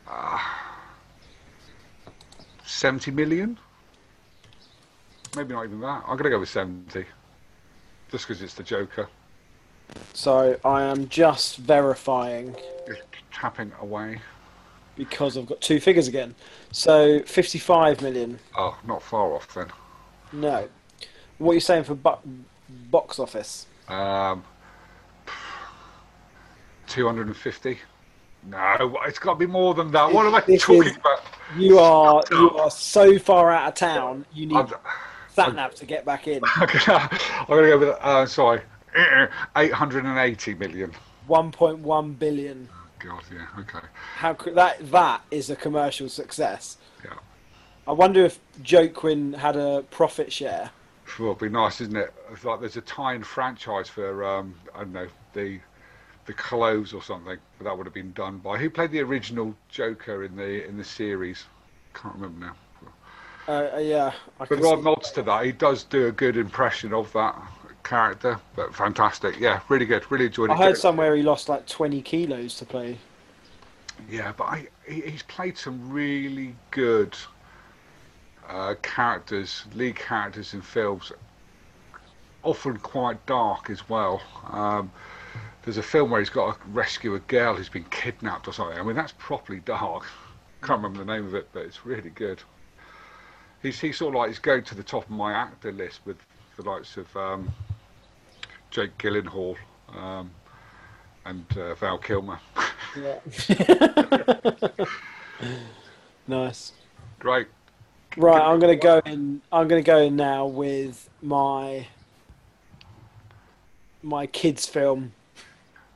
[SPEAKER 1] uh, seventy million. Maybe not even that. I'm gonna go with seventy, just because it's the Joker.
[SPEAKER 2] So I am just verifying
[SPEAKER 1] It's tapping away.
[SPEAKER 2] because I've got two figures again. So 55 million.
[SPEAKER 1] Oh, not far off then.
[SPEAKER 2] No. What are you saying for bu- box office?
[SPEAKER 1] Um, 250. No, it's got to be more than that. What am I
[SPEAKER 2] This
[SPEAKER 1] talking
[SPEAKER 2] is-
[SPEAKER 1] about?
[SPEAKER 2] You are you are so far out of town. You need
[SPEAKER 1] I'm,
[SPEAKER 2] Satnap to get back in.
[SPEAKER 1] I'm gonna, I'm gonna go with uh, sorry, 880 million.
[SPEAKER 2] 1.1 billion.
[SPEAKER 1] God, yeah, okay,
[SPEAKER 2] How could that that is a commercial success?
[SPEAKER 1] yeah.
[SPEAKER 2] I wonder if Joe Quinn had a profit share.
[SPEAKER 1] Well, it'd be nice, isn't it? It's like there's a tie-in franchise for um, I don't know the the clothes or something, but that would have been done by who played the original Joker in the in the series? Can't remember now.
[SPEAKER 2] Uh, uh, yeah, I
[SPEAKER 1] But
[SPEAKER 2] can
[SPEAKER 1] Rod
[SPEAKER 2] see-
[SPEAKER 1] nods to that. He does do a good impression of that character. But fantastic, yeah, really good. Really enjoyed it.
[SPEAKER 2] I heard
[SPEAKER 1] Good.
[SPEAKER 2] somewhere he lost like 20 kilos to play.
[SPEAKER 1] Yeah, but I, he, he's played some really good uh, characters, lead characters in films, often quite dark as well. Um, there's a film where he's got to rescue a girl who's been kidnapped or something. I mean, that's properly dark. Can't remember the name of it, but it's really good. He's, he's sort of like he's going to the top of my actor list with the likes of um, Jake Gyllenhaal um, and uh, Val Kilmer.
[SPEAKER 2] Yeah. nice.
[SPEAKER 1] Great.
[SPEAKER 2] Right, I'm gonna go in. I'm gonna go in now with my my kids' film.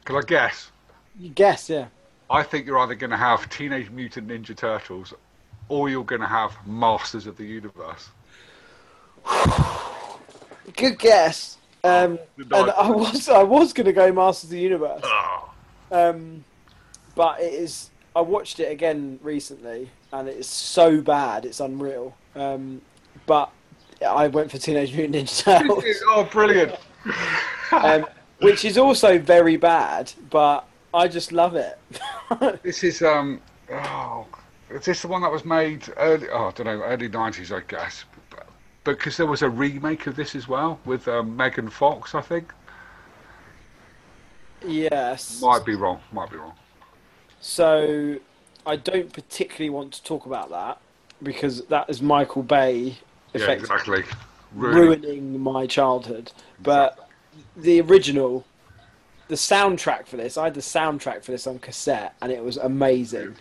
[SPEAKER 1] Can I guess?
[SPEAKER 2] You guess, yeah.
[SPEAKER 1] I think you're either going to have Teenage Mutant Ninja Turtles or you're going to have Masters of the Universe.
[SPEAKER 2] Good guess. Um,
[SPEAKER 1] Good
[SPEAKER 2] and
[SPEAKER 1] night.
[SPEAKER 2] I was I was gonna go Masters of the Universe,
[SPEAKER 1] Oh,
[SPEAKER 2] um, but it is. I watched it again recently, and it is so bad. It's unreal. Um, but I went for Teenage Mutant Ninja Turtles,
[SPEAKER 1] oh, brilliant!
[SPEAKER 2] um, which is also very bad, but I just love it.
[SPEAKER 1] This is um oh is this the one that was made early oh I don't know early nineties I guess But- because there was a remake of this as well with um, Megan Fox I think
[SPEAKER 2] yes.
[SPEAKER 1] might be wrong might be wrong
[SPEAKER 2] So I don't particularly want to talk about that because that is Michael Bay
[SPEAKER 1] yeah
[SPEAKER 2] effectively
[SPEAKER 1] exactly Ruined.
[SPEAKER 2] ruining my childhood. But the original, the soundtrack for this, I had the soundtrack for this on cassette, and it was amazing.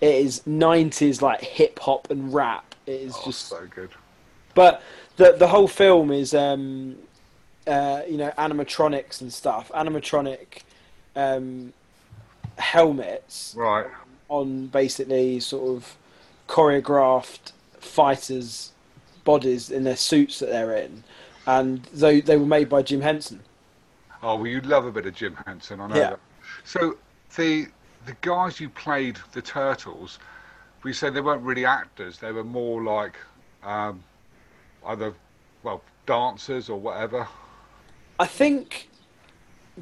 [SPEAKER 2] It is nineties like hip hop and rap. It is
[SPEAKER 1] Oh,
[SPEAKER 2] just,
[SPEAKER 1] so good
[SPEAKER 2] but the the whole film is, um, uh, you know, animatronics and stuff, animatronic um, helmets
[SPEAKER 1] right
[SPEAKER 2] on basically sort of choreographed fighters' bodies in their suits that they're in, and they they were made by Jim Henson.
[SPEAKER 1] oh well you love a bit of Jim Henson I know
[SPEAKER 2] Yeah.
[SPEAKER 1] that so the the guys who played the Turtles we said they weren't really actors they were more like um, either well dancers or whatever
[SPEAKER 2] I think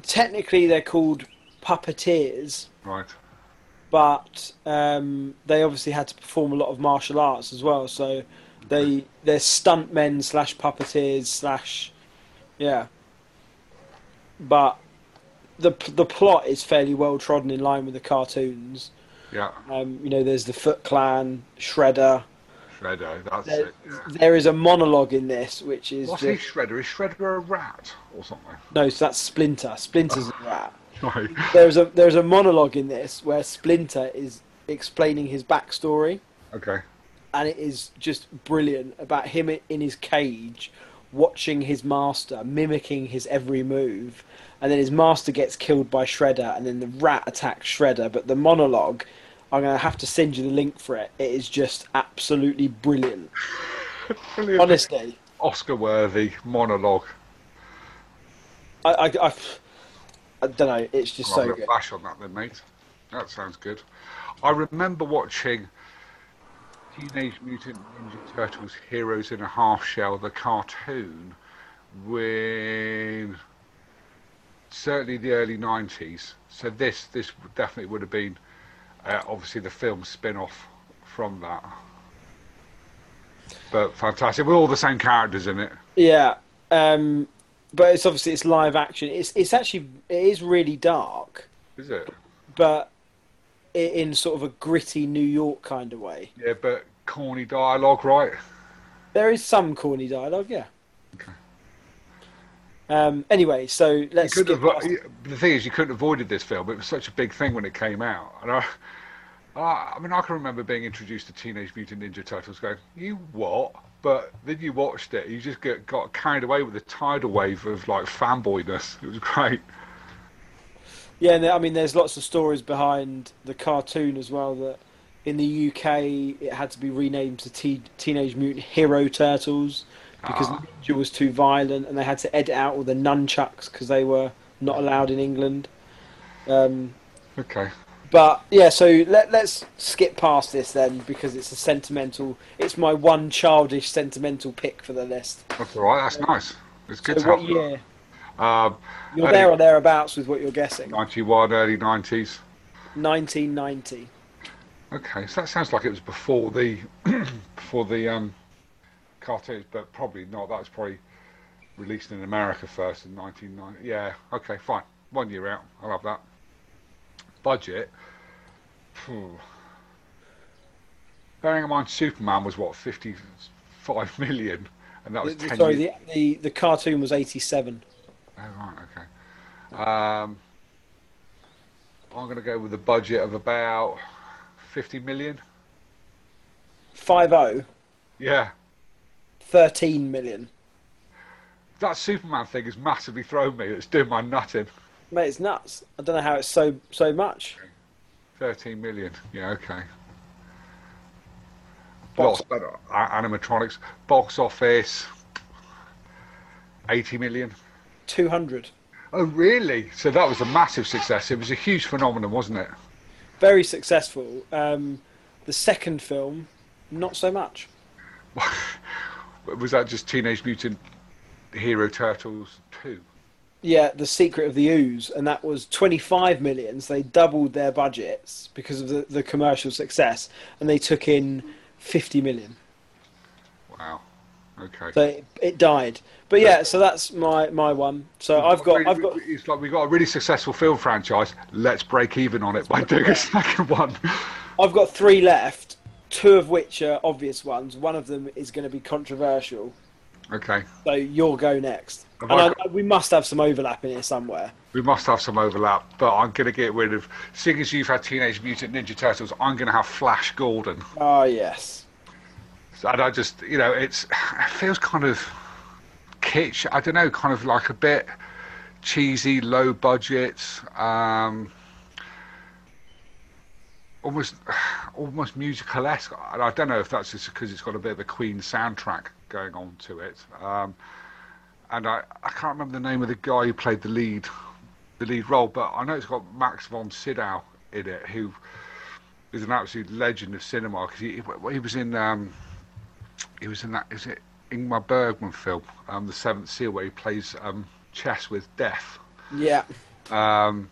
[SPEAKER 2] technically they're called puppeteers,
[SPEAKER 1] right
[SPEAKER 2] but um, they obviously had to perform a lot of martial arts as well. So they they're stuntmen slash puppeteers slash yeah. But the the plot is fairly well trodden in line with the cartoons.
[SPEAKER 1] yeah
[SPEAKER 2] Um, you know, there's the Foot Clan, Shredder.
[SPEAKER 1] Shredder that's
[SPEAKER 2] There,
[SPEAKER 1] it yeah.
[SPEAKER 2] there is a monologue in this, which is
[SPEAKER 1] What's
[SPEAKER 2] just,
[SPEAKER 1] is Shredder? Is Shredder a rat or something?
[SPEAKER 2] no, so that's Splinter. Splinter's a rat.
[SPEAKER 1] Right.
[SPEAKER 2] There's a there's a monologue in this where Splinter is explaining his backstory,
[SPEAKER 1] Okay.
[SPEAKER 2] and it is just brilliant about him i- in his cage, watching his master mimicking his every move, and then his master gets killed by Shredder, and then the rat attacks Shredder. But the monologue, I'm gonna have to send you the link for it. It is just absolutely brilliant.
[SPEAKER 1] Brilliant.
[SPEAKER 2] Honestly,
[SPEAKER 1] Oscar worthy monologue.
[SPEAKER 2] I, I, I, don't know. It's just
[SPEAKER 1] I'm
[SPEAKER 2] so
[SPEAKER 1] going to
[SPEAKER 2] good.
[SPEAKER 1] bash on that then, mate. That sounds good. I remember watching Teenage Mutant Ninja Turtles Heroes in a Half Shell, the cartoon, when certainly the early 90s. So this this definitely would have been uh, obviously the film spin off from that. But fantastic, with all the same characters in it.
[SPEAKER 2] Yeah, um, but it's obviously it's live action. It's it's actually it is really dark,
[SPEAKER 1] Is it?
[SPEAKER 2] but i- in sort of a gritty New York kind of way.
[SPEAKER 1] Yeah, but corny dialogue, right?
[SPEAKER 2] There is some corny dialogue, yeah. Um, anyway, so
[SPEAKER 1] You
[SPEAKER 2] let's.
[SPEAKER 1] could
[SPEAKER 2] skip
[SPEAKER 1] have,
[SPEAKER 2] past-
[SPEAKER 1] the thing is, you couldn't have avoided this film. It was such a big thing when it came out, and I, I, I mean, I can remember being introduced to Teenage Mutant Ninja Turtles, going, "You what?" But then you watched it, you just get, got carried away with the tidal wave of like fanboyness. It was great.
[SPEAKER 2] Yeah, and there- I mean, there's lots of stories behind the cartoon as well. That in the UK it had to be renamed to T- Teenage Mutant Hero Turtles because
[SPEAKER 1] Ah.
[SPEAKER 2] Ninja was too violent, and they had to edit out all the nunchucks because they were not allowed in England. Um,
[SPEAKER 1] Okay,
[SPEAKER 2] but yeah, so let, let's skip past this then because it's a sentimental. It's my one childish sentimental pick for the list.
[SPEAKER 1] that's all right. That's nice. It's good
[SPEAKER 2] So
[SPEAKER 1] to
[SPEAKER 2] what
[SPEAKER 1] have.
[SPEAKER 2] year?
[SPEAKER 1] Um,
[SPEAKER 2] You're
[SPEAKER 1] early
[SPEAKER 2] there or thereabouts with what you're guessing.
[SPEAKER 1] 91, early 90s.
[SPEAKER 2] 1990.
[SPEAKER 1] Okay, so that sounds like it was before the before the um, cartoons, but probably not. That was probably released in America first in 1990. Yeah, okay, fine. One year out, I'll have that. Budget. phew. Bearing in mind, Superman was what 55 million, and that was
[SPEAKER 2] The-
[SPEAKER 1] 10
[SPEAKER 2] sorry,
[SPEAKER 1] years.
[SPEAKER 2] the, the the cartoon was 87.
[SPEAKER 1] Oh, right, okay. Um, I'm going to go with a budget of about 50 million.
[SPEAKER 2] 50,
[SPEAKER 1] Yeah.
[SPEAKER 2] 13 oh, million.
[SPEAKER 1] That Superman thing has massively thrown me. It's doing my nutting.
[SPEAKER 2] Mate, it's nuts. I don't know how it's so so much.
[SPEAKER 1] 13 million. Yeah, okay. Lots
[SPEAKER 2] Box-
[SPEAKER 1] better. Animatronics. Box office. 80 million.
[SPEAKER 2] 200.
[SPEAKER 1] Oh, really? So that was a massive success. It was a huge phenomenon, wasn't it?
[SPEAKER 2] Very successful. Um, the second film, not so much.
[SPEAKER 1] Was that just Teenage Mutant Hero Turtles 2?
[SPEAKER 2] Yeah, The Secret of the Ooze, and that was 25 million. So they doubled their budgets because of the, the commercial success, and they took in 50 million.
[SPEAKER 1] Wow. Okay.
[SPEAKER 2] So it, it died. But yeah, so that's my, my one. So I've got I've got
[SPEAKER 1] It's like we've got a really successful film franchise. Let's break even on it by doing a second one.
[SPEAKER 2] I've got three left, two of which are obvious ones. One of them is going to be controversial.
[SPEAKER 1] Okay.
[SPEAKER 2] So you'll go next.
[SPEAKER 1] Have
[SPEAKER 2] And
[SPEAKER 1] I
[SPEAKER 2] I,
[SPEAKER 1] got-
[SPEAKER 2] we must have some overlap in here somewhere.
[SPEAKER 1] We must have some overlap, but I'm going to get rid of. Seeing as you've had Teenage Mutant Ninja Turtles, I'm going to have Flash Gordon.
[SPEAKER 2] Oh, yes.
[SPEAKER 1] And I just, you know, it's it feels kind of kitsch. I don't know, kind of like a bit cheesy, low budget, um, almost almost musical esque. And I don't know if that's just because it's got a bit of a Queen soundtrack going on to it. Um, and I, I can't remember the name of the guy who played the lead the lead role, but I know it's got Max von Sydow in it, who is an absolute legend of cinema because he, he was in um, he was in that is it Ingmar Bergman film, um, The Seventh Seal, where he plays um, chess with death.
[SPEAKER 2] Yeah.
[SPEAKER 1] Um,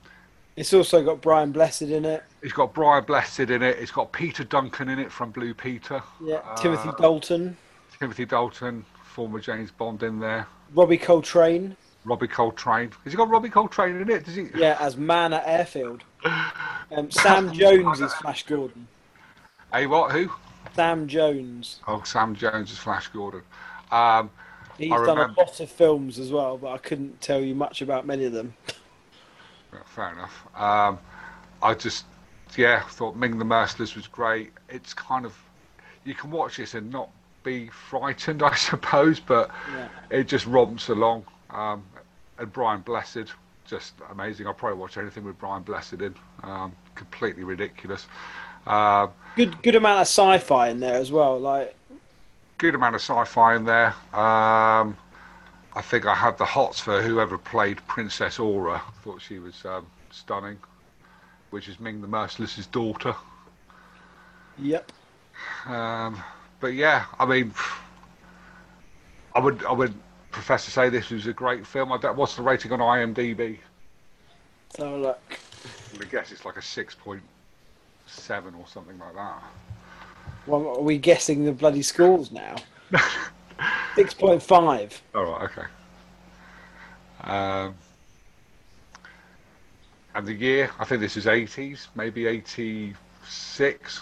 [SPEAKER 2] It's also got Brian Blessed in it.
[SPEAKER 1] it's got Brian Blessed in it. It's got Peter Duncan in it from Blue Peter.
[SPEAKER 2] Yeah.
[SPEAKER 1] Uh,
[SPEAKER 2] Timothy Dalton,
[SPEAKER 1] Timothy Dalton, former James Bond, in there.
[SPEAKER 2] Robbie Coltrane.
[SPEAKER 1] Robbie Coltrane. Has he got Robbie Coltrane in it? Does he?
[SPEAKER 2] Yeah, as man at airfield. Um, Sam Jones is Flash Gordon.
[SPEAKER 1] Hey, what? Who?
[SPEAKER 2] Sam Jones.
[SPEAKER 1] Oh, Sam Jones is Flash Gordon. Um,
[SPEAKER 2] He's
[SPEAKER 1] I
[SPEAKER 2] done a
[SPEAKER 1] remember.
[SPEAKER 2] lot of films as well, but I couldn't tell you much about many of them.
[SPEAKER 1] Well, fair enough. Um, I just, yeah, thought Ming the Merciless was great. It's kind of, you can watch this and not be frightened, I suppose, but
[SPEAKER 2] Yeah.
[SPEAKER 1] it just romps along. Um, and Brian Blessed, just amazing. I'll probably watch anything with Brian Blessed in. Um, completely ridiculous. Um,
[SPEAKER 2] Good, good amount of sci-fi in there as well. Like,
[SPEAKER 1] good amount of sci-fi in there. Um, I think I had the hots for whoever played Princess Aura. Thought she was um, stunning, which is Ming the Merciless's daughter.
[SPEAKER 2] yep.
[SPEAKER 1] Um, but yeah, I mean, I would I would profess to say this was a great film. I don't, what's the rating on IMDb?
[SPEAKER 2] Let's have a look.
[SPEAKER 1] I guess it's like a six point seven or something like that.
[SPEAKER 2] Well, are we guessing the bloody scores now? Six point five.
[SPEAKER 1] All Oh, right, okay. Um, and the year, I think this is 80s, maybe 86.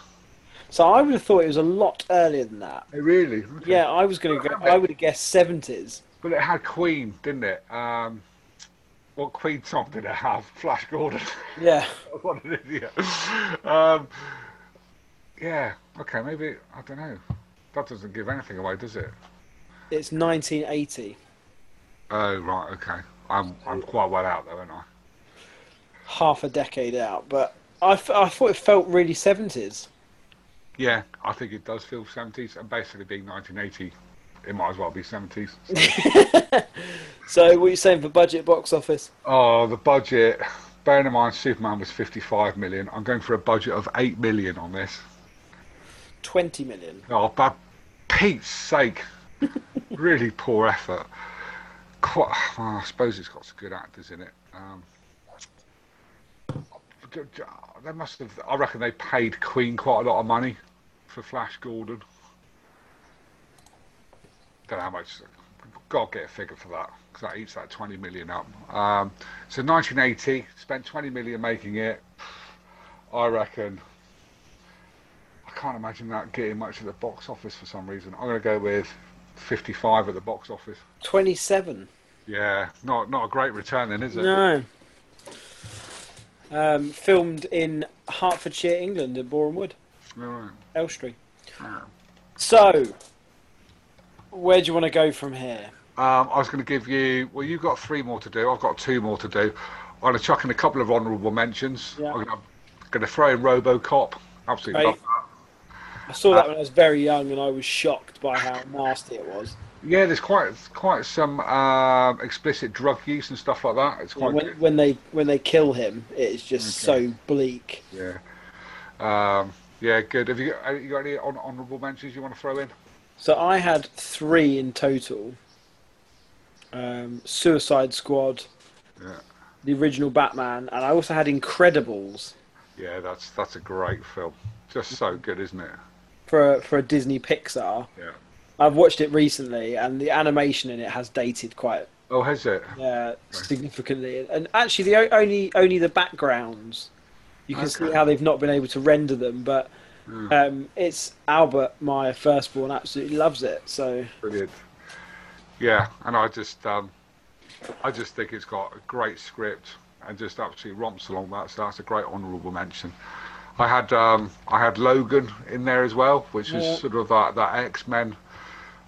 [SPEAKER 2] So I would have thought it was a lot earlier than that.
[SPEAKER 1] Oh, really?
[SPEAKER 2] Yeah, I was going to go. I would have guessed seventies.
[SPEAKER 1] But it had Queen, didn't it? Um, what Queen song did it have? Flash Gordon.
[SPEAKER 2] Yeah.
[SPEAKER 1] what an idiot. Um, yeah, okay, maybe, I don't know. That doesn't give anything away, does it?
[SPEAKER 2] It's 1980.
[SPEAKER 1] Oh, right, okay. I'm, I'm quite well out there, aren't I?
[SPEAKER 2] half a decade out, but I, f- I thought it felt really 70s.
[SPEAKER 1] Yeah, I think it does feel 70s, and basically being 1980, it might as well be 70s.
[SPEAKER 2] So, what are you saying for budget box office?
[SPEAKER 1] oh, the budget. Bearing in mind, Superman was 55 million. I'm going for a budget of 8 million on this.
[SPEAKER 2] 20 million.
[SPEAKER 1] Oh, but Pete's sake, really poor effort. Quite, well, I suppose it's got some good actors in it. Um, they must have. I reckon they paid Queen quite a lot of money for Flash Gordon. Don't know how much. God, get a figure for that because that eats that 20 million up. Um, so 1980 spent 20 million making it. I reckon I can't imagine that getting much at the box office for some reason. I'm going to go with 55 at the box office.
[SPEAKER 2] 27.
[SPEAKER 1] Yeah, not not a great return then, is it?
[SPEAKER 2] No. Um, filmed in Hertfordshire, England, in Boreham Wood,
[SPEAKER 1] Alright.
[SPEAKER 2] Elstree.
[SPEAKER 1] Yeah.
[SPEAKER 2] So, where do you want to go from here?
[SPEAKER 1] Um, I was going to give you. Well, you've got three more to do. I've got two more to do. I'm going to chuck in a couple of honourable mentions.
[SPEAKER 2] Yeah.
[SPEAKER 1] I'm going to- I'm going to throw in RoboCop. Absolutely
[SPEAKER 2] Right.
[SPEAKER 1] love that.
[SPEAKER 2] I saw that when I was very young and I was shocked by how nasty it was.
[SPEAKER 1] Yeah, there's quite quite some um, explicit drug use and stuff like that. It's quite
[SPEAKER 2] When,
[SPEAKER 1] good.
[SPEAKER 2] when they when they kill him, it's just
[SPEAKER 1] Okay.
[SPEAKER 2] so bleak.
[SPEAKER 1] Yeah. Um, yeah, good. Have you, have you got any hon- honourable mentions you want to throw in?
[SPEAKER 2] So I had three in total. Um, Suicide Squad,
[SPEAKER 1] Yeah.
[SPEAKER 2] the original Batman, and I also had Incredibles
[SPEAKER 1] Yeah, that's that's a great film. Just so good, isn't it?
[SPEAKER 2] for for a Disney Pixar.
[SPEAKER 1] Yeah.
[SPEAKER 2] I've watched it recently, and the animation in it has dated quite
[SPEAKER 1] Oh, has it?
[SPEAKER 2] uh, significantly. And actually, the o- only only the backgrounds, you can see
[SPEAKER 1] Okay. Hmm.
[SPEAKER 2] how they've not been able to render them. But um, it's Albert, my firstborn, absolutely loves it. So
[SPEAKER 1] Brilliant. Yeah, and I just um, I just think it's got a great script and just absolutely romps along that. So that's a great honourable mention. I had um, I had Logan in there as well, which was
[SPEAKER 2] Yeah.
[SPEAKER 1] sort of that that X Men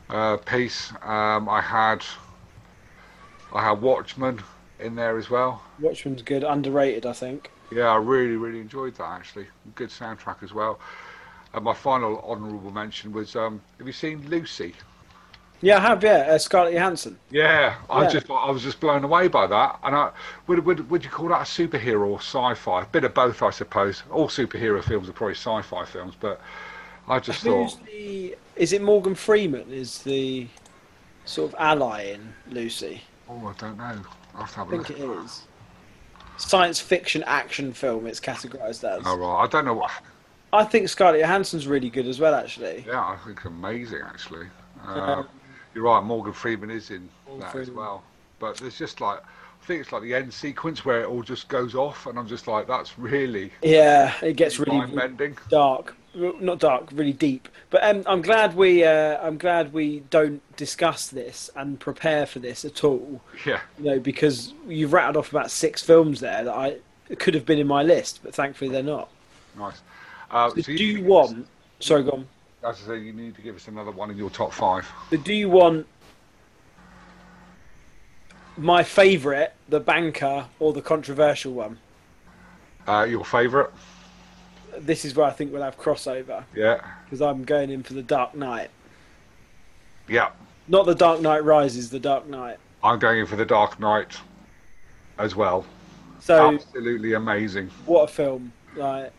[SPEAKER 1] uh, piece. Um, I had I had Watchmen in there as well.
[SPEAKER 2] Watchmen's good, underrated, I think.
[SPEAKER 1] Yeah, I really, really enjoyed that actually. Good soundtrack as well. And my final honourable mention was um, have you seen Lucy?
[SPEAKER 2] Yeah, I have. Yeah, uh, Scarlett Johansson.
[SPEAKER 1] Yeah, I
[SPEAKER 2] Yeah.
[SPEAKER 1] just I was just blown away by that. And I would would would you call that a superhero or sci-fi? A bit of both, I suppose. All superhero films are probably sci-fi films, but I just
[SPEAKER 2] Who's
[SPEAKER 1] thought
[SPEAKER 2] the? Is it Morgan Freeman? Is the sort of ally in Lucy?
[SPEAKER 1] oh, I don't know. I'll have to have
[SPEAKER 2] I
[SPEAKER 1] a look.
[SPEAKER 2] think it is. Science fiction action film. It's categorised as.
[SPEAKER 1] All right, I don't know what.
[SPEAKER 2] I think Scarlett Johansson's really good as well, actually.
[SPEAKER 1] Yeah, I think amazing actually. Uh, you're right. Morgan Freeman is in
[SPEAKER 2] Morgan
[SPEAKER 1] that as
[SPEAKER 2] Freeman.
[SPEAKER 1] well. But there's just like I think it's like the end sequence where it all just goes off, and I'm just like, that's really
[SPEAKER 2] Yeah, it gets really
[SPEAKER 1] mind-bending.
[SPEAKER 2] dark. Well, Not dark, really deep. But um, I'm glad we, uh, I'm glad we don't discuss this and prepare for this at all.
[SPEAKER 1] Yeah.
[SPEAKER 2] You know, because you've rattled off about six films there that I could have been in my list, but thankfully they're not.
[SPEAKER 1] Nice. Uh,
[SPEAKER 2] The
[SPEAKER 1] so
[SPEAKER 2] Do
[SPEAKER 1] you-
[SPEAKER 2] You Want? Sorry, go on.
[SPEAKER 1] As I say, you need to give us another one in your top five.
[SPEAKER 2] The Do You Want? My favourite, the banker, or the controversial one.
[SPEAKER 1] Uh, your favourite?
[SPEAKER 2] This is where I think we'll have crossover.
[SPEAKER 1] Yeah.
[SPEAKER 2] because I'm going in for the Dark Knight.
[SPEAKER 1] Yeah.
[SPEAKER 2] Not the Dark Knight Rises, the Dark Knight.
[SPEAKER 1] I'm going in for The Dark Knight as well.
[SPEAKER 2] So
[SPEAKER 1] Absolutely amazing.
[SPEAKER 2] what a film! Like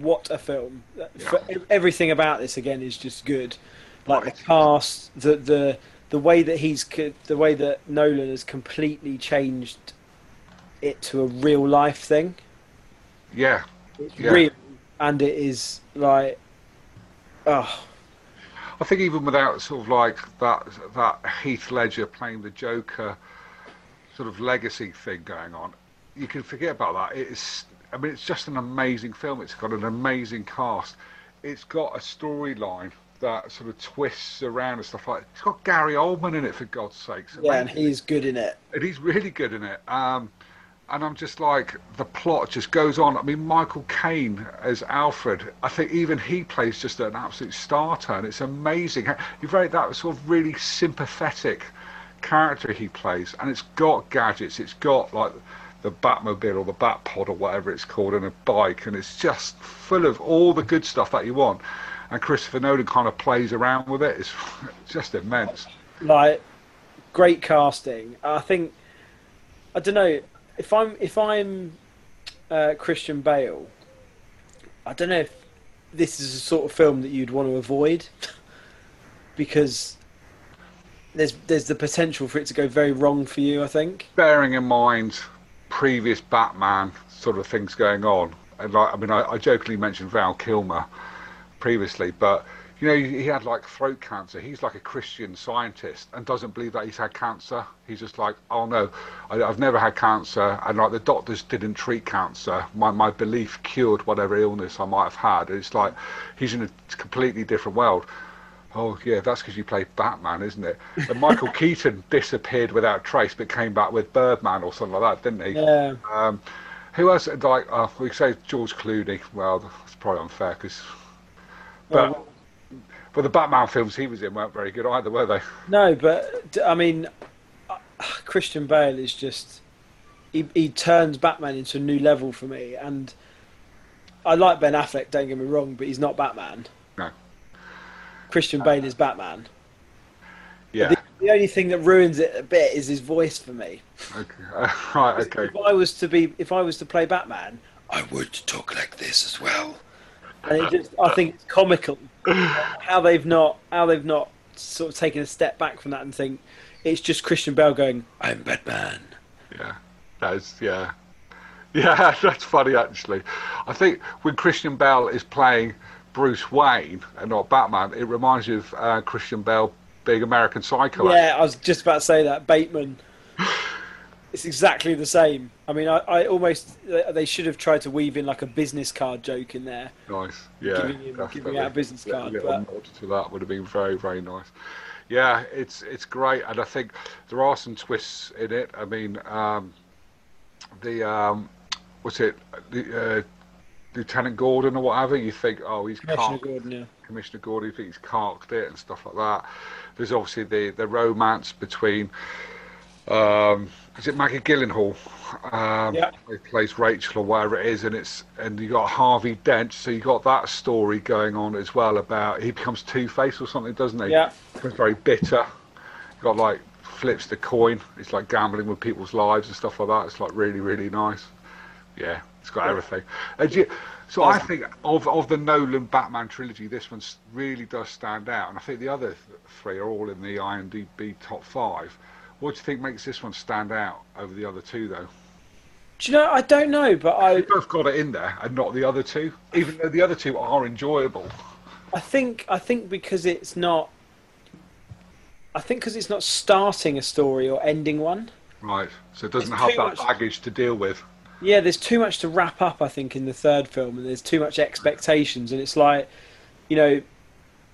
[SPEAKER 2] what a film! For, ev- everything about this again is just good. Like the
[SPEAKER 1] Right.
[SPEAKER 2] cast, the the the way that he's co- the way that Nolan has completely changed it to a real life thing.
[SPEAKER 1] Yeah.
[SPEAKER 2] It's
[SPEAKER 1] Yeah.
[SPEAKER 2] real, and it is like, oh
[SPEAKER 1] I think even without sort of like that that Heath Ledger playing the Joker sort of legacy thing going on, you can forget about that. It's I mean it's just an amazing film. It's got an amazing cast. It's got a storyline that sort of twists around and stuff like. It's got Gary Oldman in it for God's sakes.
[SPEAKER 2] yeah, and he's good in it.
[SPEAKER 1] and he's really good in it. Um, and I'm just like the plot just goes on. I mean, Michael Caine as Alfred. I think even he plays just an absolute star turn. It's amazing. You've read that sort of really sympathetic character he plays, and it's got gadgets. It's got like the Batmobile or the Batpod or whatever it's called, and a bike, and it's just full of all the good stuff that you want. And Christopher Nolan kind of plays around with it. It's just immense.
[SPEAKER 2] like great casting. I think I don't know if I'm if I'm uh, Christian Bale. I don't know if this is the sort of film that you'd want to avoid because there's there's the potential for it to go very wrong for you. I think.
[SPEAKER 1] bearing in mind previous Batman sort of things going on, and like I mean, I, I jokingly mentioned Val Kilmer previously, but you know, he had like throat cancer. He's like a Christian scientist and doesn't believe that he's had cancer. He's just like, oh no, I, I've never had cancer, and like the doctors didn't treat cancer. My my belief cured whatever illness I might have had. It's like he's in a completely different world. Oh yeah, that's because you played Batman, isn't it? And Michael Keaton disappeared without trace, but came back with Birdman or something like that, didn't he?
[SPEAKER 2] Yeah,
[SPEAKER 1] Um, who else? Like uh, we say, George Clooney. Well, that's probably unfair because, but
[SPEAKER 2] Well,
[SPEAKER 1] but the Batman films he was in weren't very good either, were they?
[SPEAKER 2] no, but d- I mean, uh, Christian Bale is just he he turns Batman into a new level for me, and I like Ben Affleck. Don't get me wrong, but he's not Batman.
[SPEAKER 1] No.
[SPEAKER 2] Christian Bale is Batman.
[SPEAKER 1] Uh, Yeah.
[SPEAKER 2] The only thing that ruins it a bit is his voice for me.
[SPEAKER 1] Okay. right. Okay.
[SPEAKER 2] If I was to be, if I was to play Batman,
[SPEAKER 3] I would talk like this as well.
[SPEAKER 2] and it just, I think it's comical how they've not, how they've not sort of taking a step back from that and think it's just Christian Bale going,
[SPEAKER 3] I'm Batman.
[SPEAKER 1] Yeah, that's yeah, yeah. That's funny actually. I think when Christian Bale is playing Bruce Wayne and not Batman, it reminds you of uh, Christian Bale being American Psycho. eh?
[SPEAKER 2] Yeah, I was just about to say that Bateman. it's exactly the same. I mean, I, I almost they- they should have tried to weave in like a business card joke in there.
[SPEAKER 1] Nice. Yeah.
[SPEAKER 2] Giving him-
[SPEAKER 1] definitely.
[SPEAKER 2] giving out a business
[SPEAKER 1] Yeah,
[SPEAKER 2] card,
[SPEAKER 1] little
[SPEAKER 2] but-
[SPEAKER 1] nod to that would have been very, very nice. Yeah, it's it's great, and I think there are some twists in it. I mean, um, the um, what's it, the uh, Lieutenant Gordon or whatever. You think, oh, he's
[SPEAKER 2] Commissioner
[SPEAKER 1] can't
[SPEAKER 2] Gordon, yeah.
[SPEAKER 1] Commissioner Gordon, you think he's carked it and stuff like that. There's obviously the, the romance between, um, is it Maggie Gyllenhaal? Um,
[SPEAKER 2] Yeah.
[SPEAKER 1] who plays Rachel or wherever it is, and it's and you got Harvey Dent, so you got that story going on as well about he becomes Two Face or something, doesn't he?
[SPEAKER 2] Yeah.
[SPEAKER 1] becomes very bitter. You got like flips the coin. It's like gambling with people's lives and stuff like that. It's like really, really nice. Yeah, it's got everything. And you, so I think of of the Nolan Batman trilogy, this one s- really does stand out, and I think the other th- three are all in the IMDb top five. What do you think makes this one stand out over the other two, though?
[SPEAKER 2] Do you know? I don't know, but I
[SPEAKER 1] They both got it in there, and not the other two, even though the other two are enjoyable.
[SPEAKER 2] I think I think because it's not. I think because it's not starting a story or ending one.
[SPEAKER 1] Right, so it doesn't
[SPEAKER 2] It's
[SPEAKER 1] have
[SPEAKER 2] too
[SPEAKER 1] that
[SPEAKER 2] much-
[SPEAKER 1] baggage to deal with.
[SPEAKER 2] Yeah, there's too much to wrap up. I think in the third film, and there's too much expectations, and it's like, you know,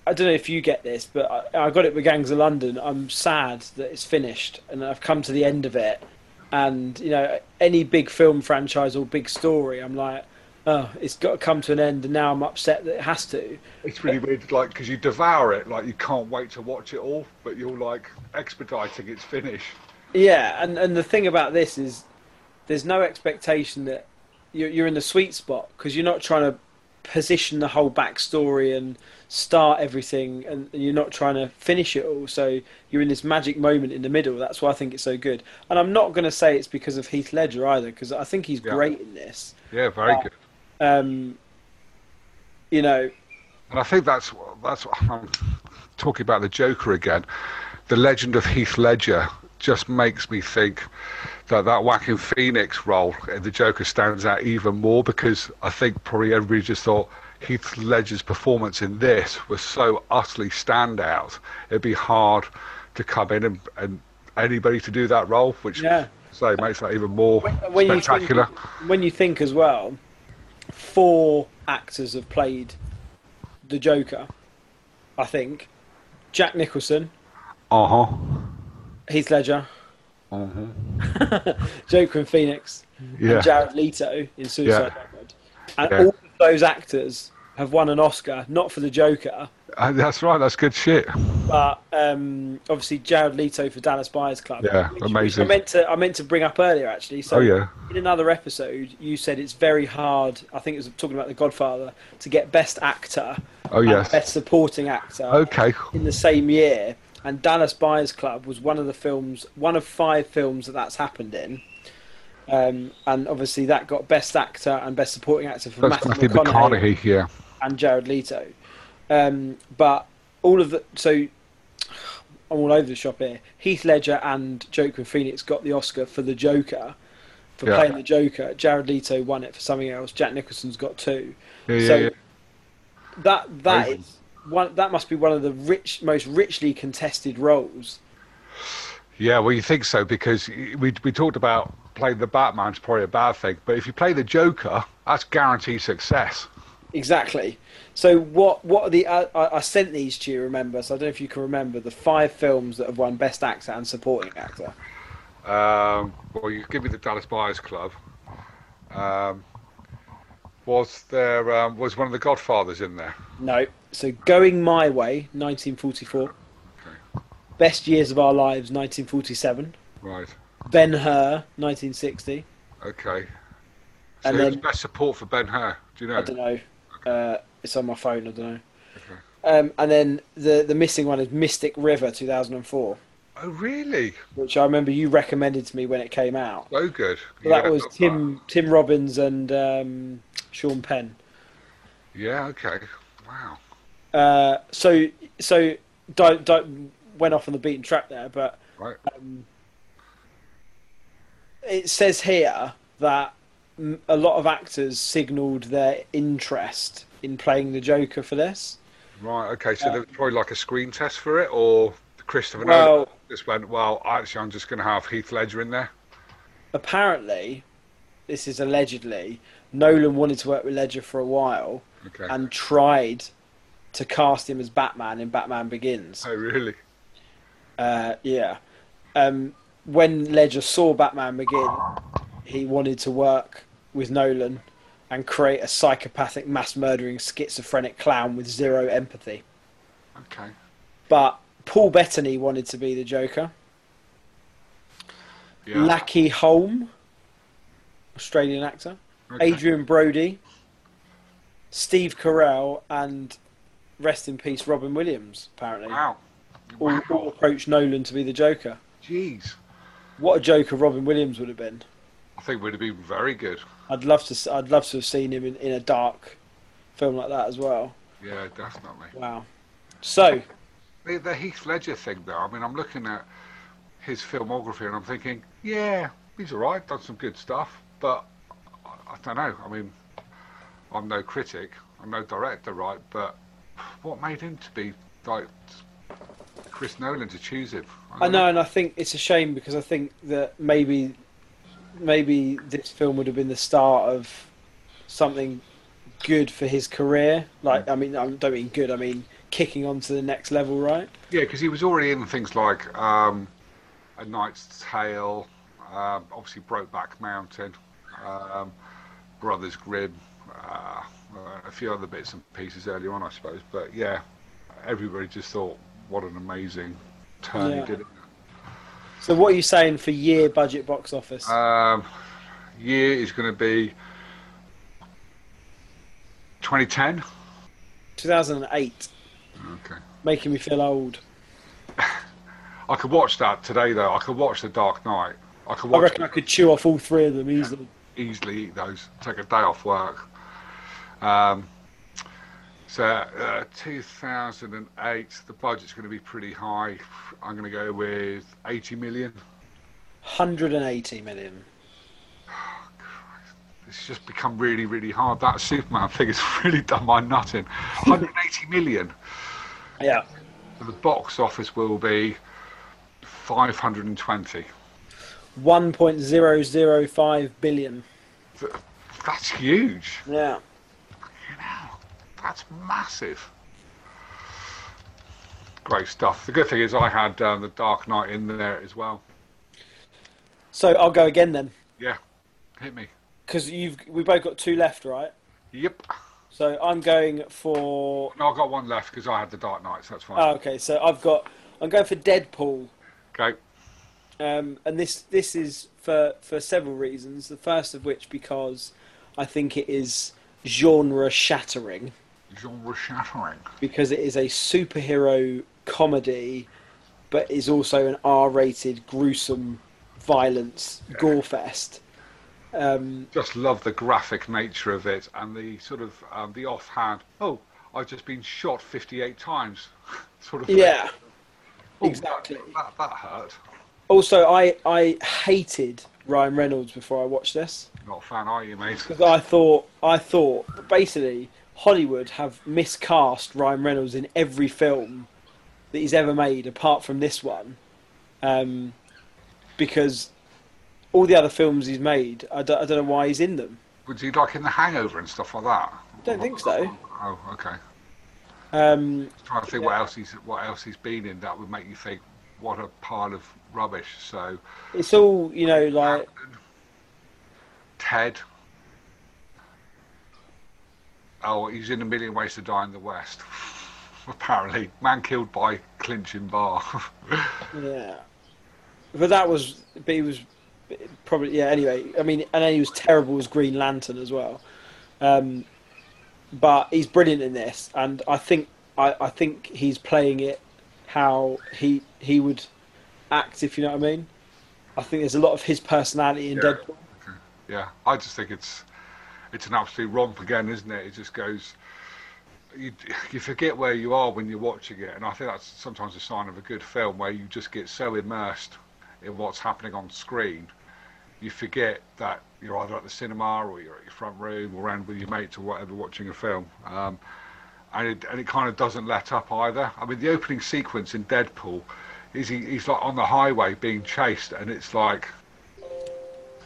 [SPEAKER 2] I don't know if you get this, but I, I got it with Gangs of London. I'm sad that it's finished, and I've come to the end of it. And you know, any big film franchise or big story, I'm like, oh, it's got to come to an end, and now I'm upset that it has to.
[SPEAKER 1] It's really weird, like because you devour it, like you can't wait to watch it all, but you're like expediting its finish.
[SPEAKER 2] Yeah, and, and the thing about this is there's no expectation that you're, you're in the sweet spot because you're not trying to position the whole backstory and start everything and you're not trying to finish it all. So you're in this magic moment in the middle. That's why I think it's so good. And I'm not going to say it's because of Heath Ledger either because I think he's
[SPEAKER 1] Yeah.
[SPEAKER 2] great in this.
[SPEAKER 1] Yeah, very
[SPEAKER 2] Yeah.
[SPEAKER 1] good.
[SPEAKER 2] Um, you know,
[SPEAKER 1] And I think that's that's I'm talking about the Joker again. The legend of Heath Ledger just makes me think that that whacking Phoenix role in the Joker stands out even more because I think probably everybody just thought Heath Ledger's performance in this was so utterly standout. It'd be hard to come in and, and anybody to do that role, which
[SPEAKER 2] Yeah.
[SPEAKER 1] so makes that even more
[SPEAKER 2] when you think,
[SPEAKER 1] spectacular.
[SPEAKER 2] when you think as well, four actors have played the Joker. I think Jack Nicholson,
[SPEAKER 1] Uh huh.
[SPEAKER 2] Heath Ledger, Joker and Phoenix,
[SPEAKER 1] Mm-hmm. Yeah.
[SPEAKER 2] and Jared Leto in Suicide
[SPEAKER 1] Yeah.
[SPEAKER 2] Squad, and
[SPEAKER 1] Yeah.
[SPEAKER 2] all of those actors have won an Oscar, not for the Joker,
[SPEAKER 1] Uh, that's right. That's good shit.
[SPEAKER 2] but um, obviously Jared Leto for Dallas Buyers Club.
[SPEAKER 1] Yeah,
[SPEAKER 2] which-
[SPEAKER 1] amazing.
[SPEAKER 2] Which I meant to I meant to bring up earlier actually. So
[SPEAKER 1] Oh, yeah.
[SPEAKER 2] in another episode, you said it's very hard. I think it was talking about The Godfather to get Best Actor,
[SPEAKER 1] Oh
[SPEAKER 2] and
[SPEAKER 1] yes.
[SPEAKER 2] Best Supporting Actor
[SPEAKER 1] Okay.
[SPEAKER 2] in the same year. And Dallas Buyers Club was one of the films, one of five films that that's happened in. Um, and obviously that got Best Actor and Best Supporting Actor for
[SPEAKER 1] That's
[SPEAKER 2] Matthew,
[SPEAKER 1] Matthew
[SPEAKER 2] McConaughey
[SPEAKER 1] McConaughey, yeah.
[SPEAKER 2] and Jared Leto. Um, but all of the so I'm all over the shop here. Heath Ledger and Joker and Phoenix got the Oscar for the Joker for
[SPEAKER 1] Yeah.
[SPEAKER 2] playing the Joker. Jared Leto won it for something else. Jack Nicholson's got two.
[SPEAKER 1] Yeah, yeah,
[SPEAKER 2] so
[SPEAKER 1] yeah.
[SPEAKER 2] that that
[SPEAKER 1] Amazing.
[SPEAKER 2] is one that must be one of the rich most richly contested roles.
[SPEAKER 1] Yeah, well, you think so because y- we we talked about playing the Batman's probably a bad thing, but if you play the Joker, that's guaranteed success.
[SPEAKER 2] Exactly. So what? What are the? Uh, I, I sent these to you. Remember? So I don't know if you can remember the five films that have won Best Actor and Supporting Actor.
[SPEAKER 1] Um, well, you give me the Dallas Buyers Club. Um, was there um, was one of the Godfathers in there?
[SPEAKER 2] No. So Going My Way, 1944. Best Years of Our Lives, 1947.
[SPEAKER 1] Right.
[SPEAKER 2] Ben Hur, 1960.
[SPEAKER 1] Okay. So
[SPEAKER 2] And
[SPEAKER 1] who was
[SPEAKER 2] then-
[SPEAKER 1] best support for Ben Hur? Do you know?
[SPEAKER 2] I don't know. Uh, it's on my phone. I don't know. Um, and then the the missing one is Mystic River, 2004,
[SPEAKER 1] Oh, really?
[SPEAKER 2] which I remember you recommended to me when it came out.
[SPEAKER 1] So good.
[SPEAKER 2] So that
[SPEAKER 1] Yeah,
[SPEAKER 2] was
[SPEAKER 1] love
[SPEAKER 2] Tim Tim Robbins and um, Sean Penn.
[SPEAKER 1] that. Yeah. Okay. Wow.
[SPEAKER 2] Uh, so so di- di- went off on the beaten track there, but
[SPEAKER 1] Right.
[SPEAKER 2] um, it says here that mm, a lot of actors signalled their interest in playing the Joker for this.
[SPEAKER 1] Right, okay, so there was probably like a screen test for it, or Christopher
[SPEAKER 2] Well-
[SPEAKER 1] Nolan just went, well, actually, I'm just going to have Heath Ledger in there.
[SPEAKER 2] Apparently, this is allegedly Nolan wanted to work with Ledger for a while
[SPEAKER 1] Okay.
[SPEAKER 2] and tried to cast him as Batman in Batman Begins.
[SPEAKER 1] oh, really?
[SPEAKER 2] Uh, yeah. Um, when Ledger saw Batman Begin, he wanted to work with Nolan and create a psychopathic, mass murdering, schizophrenic clown with zero empathy.
[SPEAKER 1] Okay.
[SPEAKER 2] But Paul Bettany wanted to be the Joker.
[SPEAKER 1] Yeah.
[SPEAKER 2] Lackey Holm, Australian actor.
[SPEAKER 1] okay.
[SPEAKER 2] Adrian Brody. Steve Carell and rest in peace Robin Williams. Apparently,
[SPEAKER 1] Wow.
[SPEAKER 2] all, all approached Nolan to be the Joker.
[SPEAKER 1] Jeez.
[SPEAKER 2] What a Joker Robin Williams would have been.
[SPEAKER 1] I think we'd have been very good.
[SPEAKER 2] I'd love to. s- I'd love to have seen him in, in a dark film like that as well.
[SPEAKER 1] Yeah, definitely.
[SPEAKER 2] Wow. So
[SPEAKER 1] The, the Heath Ledger thing, though, I mean, I'm looking at his filmography and I'm thinking, yeah, he's all right, done some good stuff, but I, I don't know. I mean, I'm no critic, I'm no director, right? But what made him to be like Chris Nolan to choose him?
[SPEAKER 2] I know, and I think it's a shame because I think that maybe, maybe this film would have been the start of something good for his career. Like, I mean, I don't mean good. I mean kicking on to the next level, right?
[SPEAKER 1] Yeah, because he was already in things like um, A Knight's Tale, um, obviously Brokeback Mountain, um, Brothers Grimm, uh, a few other bits and pieces earlier on, I suppose. But yeah, everybody just thought, what an amazing turn
[SPEAKER 2] Yeah.
[SPEAKER 1] he did.
[SPEAKER 2] So what are you saying for year budget box office?
[SPEAKER 1] Um, year is going to be 2010.
[SPEAKER 2] 2008,
[SPEAKER 1] Okay.
[SPEAKER 2] making me feel old.
[SPEAKER 1] I could watch that today, though. I could watch The Dark Knight. I could
[SPEAKER 2] I
[SPEAKER 1] watch
[SPEAKER 2] reckon I could chew off all three of them easily.
[SPEAKER 1] easily eat those. Take a day off work. Um, so uh, 2008, the budget's going to be pretty high. I'm going to go with 80 million.
[SPEAKER 2] 180 million.
[SPEAKER 1] It's just become really, really hard. That Superman thing has really done my nutting. 180 million.
[SPEAKER 2] Yeah.
[SPEAKER 1] And the box office will be 520.
[SPEAKER 2] 1.005 billion.
[SPEAKER 1] That's huge.
[SPEAKER 2] Yeah.
[SPEAKER 1] That's massive. Great stuff. The good thing is I had um, the Dark Knight in there as well.
[SPEAKER 2] So I'll go again then,
[SPEAKER 1] Yeah, hit me.
[SPEAKER 2] because you've we both got two left, right?
[SPEAKER 1] Yep.
[SPEAKER 2] So I'm going for.
[SPEAKER 1] No, I've got one left because I had the Dark Knights. That's fine.
[SPEAKER 2] Oh, okay. So I've got. I'm going for Deadpool,
[SPEAKER 1] okay.
[SPEAKER 2] um, and this this is for for several reasons. The first of which because I think it is genre shattering
[SPEAKER 1] Genre shattering.
[SPEAKER 2] because it is a superhero comedy, but is also an R-rated, gruesome, violence gore fest. Um,
[SPEAKER 1] Just love the graphic nature of it and the sort of um, the offhand. Oh, I've just been shot 58 times. sort of. thing.
[SPEAKER 2] yeah.
[SPEAKER 1] Oh,
[SPEAKER 2] exactly.
[SPEAKER 1] That, that, that hurt.
[SPEAKER 2] Also, I I hated Ryan Reynolds before I watched this
[SPEAKER 1] Not a fan, are you, mate?
[SPEAKER 2] because I thought I thought basically Hollywood have miscast Ryan Reynolds in every film that he's ever made, apart from this one, um, because all the other films he's made, I don't, I don't know why he's in them.
[SPEAKER 1] Would you like in the Hangover and stuff like that?
[SPEAKER 2] Don't think so.
[SPEAKER 1] Oh, okay.
[SPEAKER 2] Um,
[SPEAKER 1] trying to think what else he's what else he's been in that would make you think what a pile of rubbish. So
[SPEAKER 2] it's all you know, like
[SPEAKER 1] Ted. Oh, he's in A Million Ways to Die in the West. Apparently, man killed by clinching bar.
[SPEAKER 2] yeah. But that was, but he was probably yeah. Anyway, I mean, and then he was terrible as Green Lantern as well. Um, but he's brilliant in this, and I think I, I think he's playing it how he he would act if you know what I mean. I think there's a lot of his personality in
[SPEAKER 1] Yeah.
[SPEAKER 2] Deadpool.
[SPEAKER 1] yeah, I just think it's it's an absolute romp again, isn't it? It just goes you, you forget where you are when you're watching it, and I think that's sometimes a sign of a good film where you just get so immersed in what's happening on screen, you forget that you're either at the cinema or you're at your front room or around with your mates or whatever watching a film. Um, and it, and it kind of doesn't let up either. I mean, the opening sequence in Deadpool is he, he's like on the highway being chased, and it's like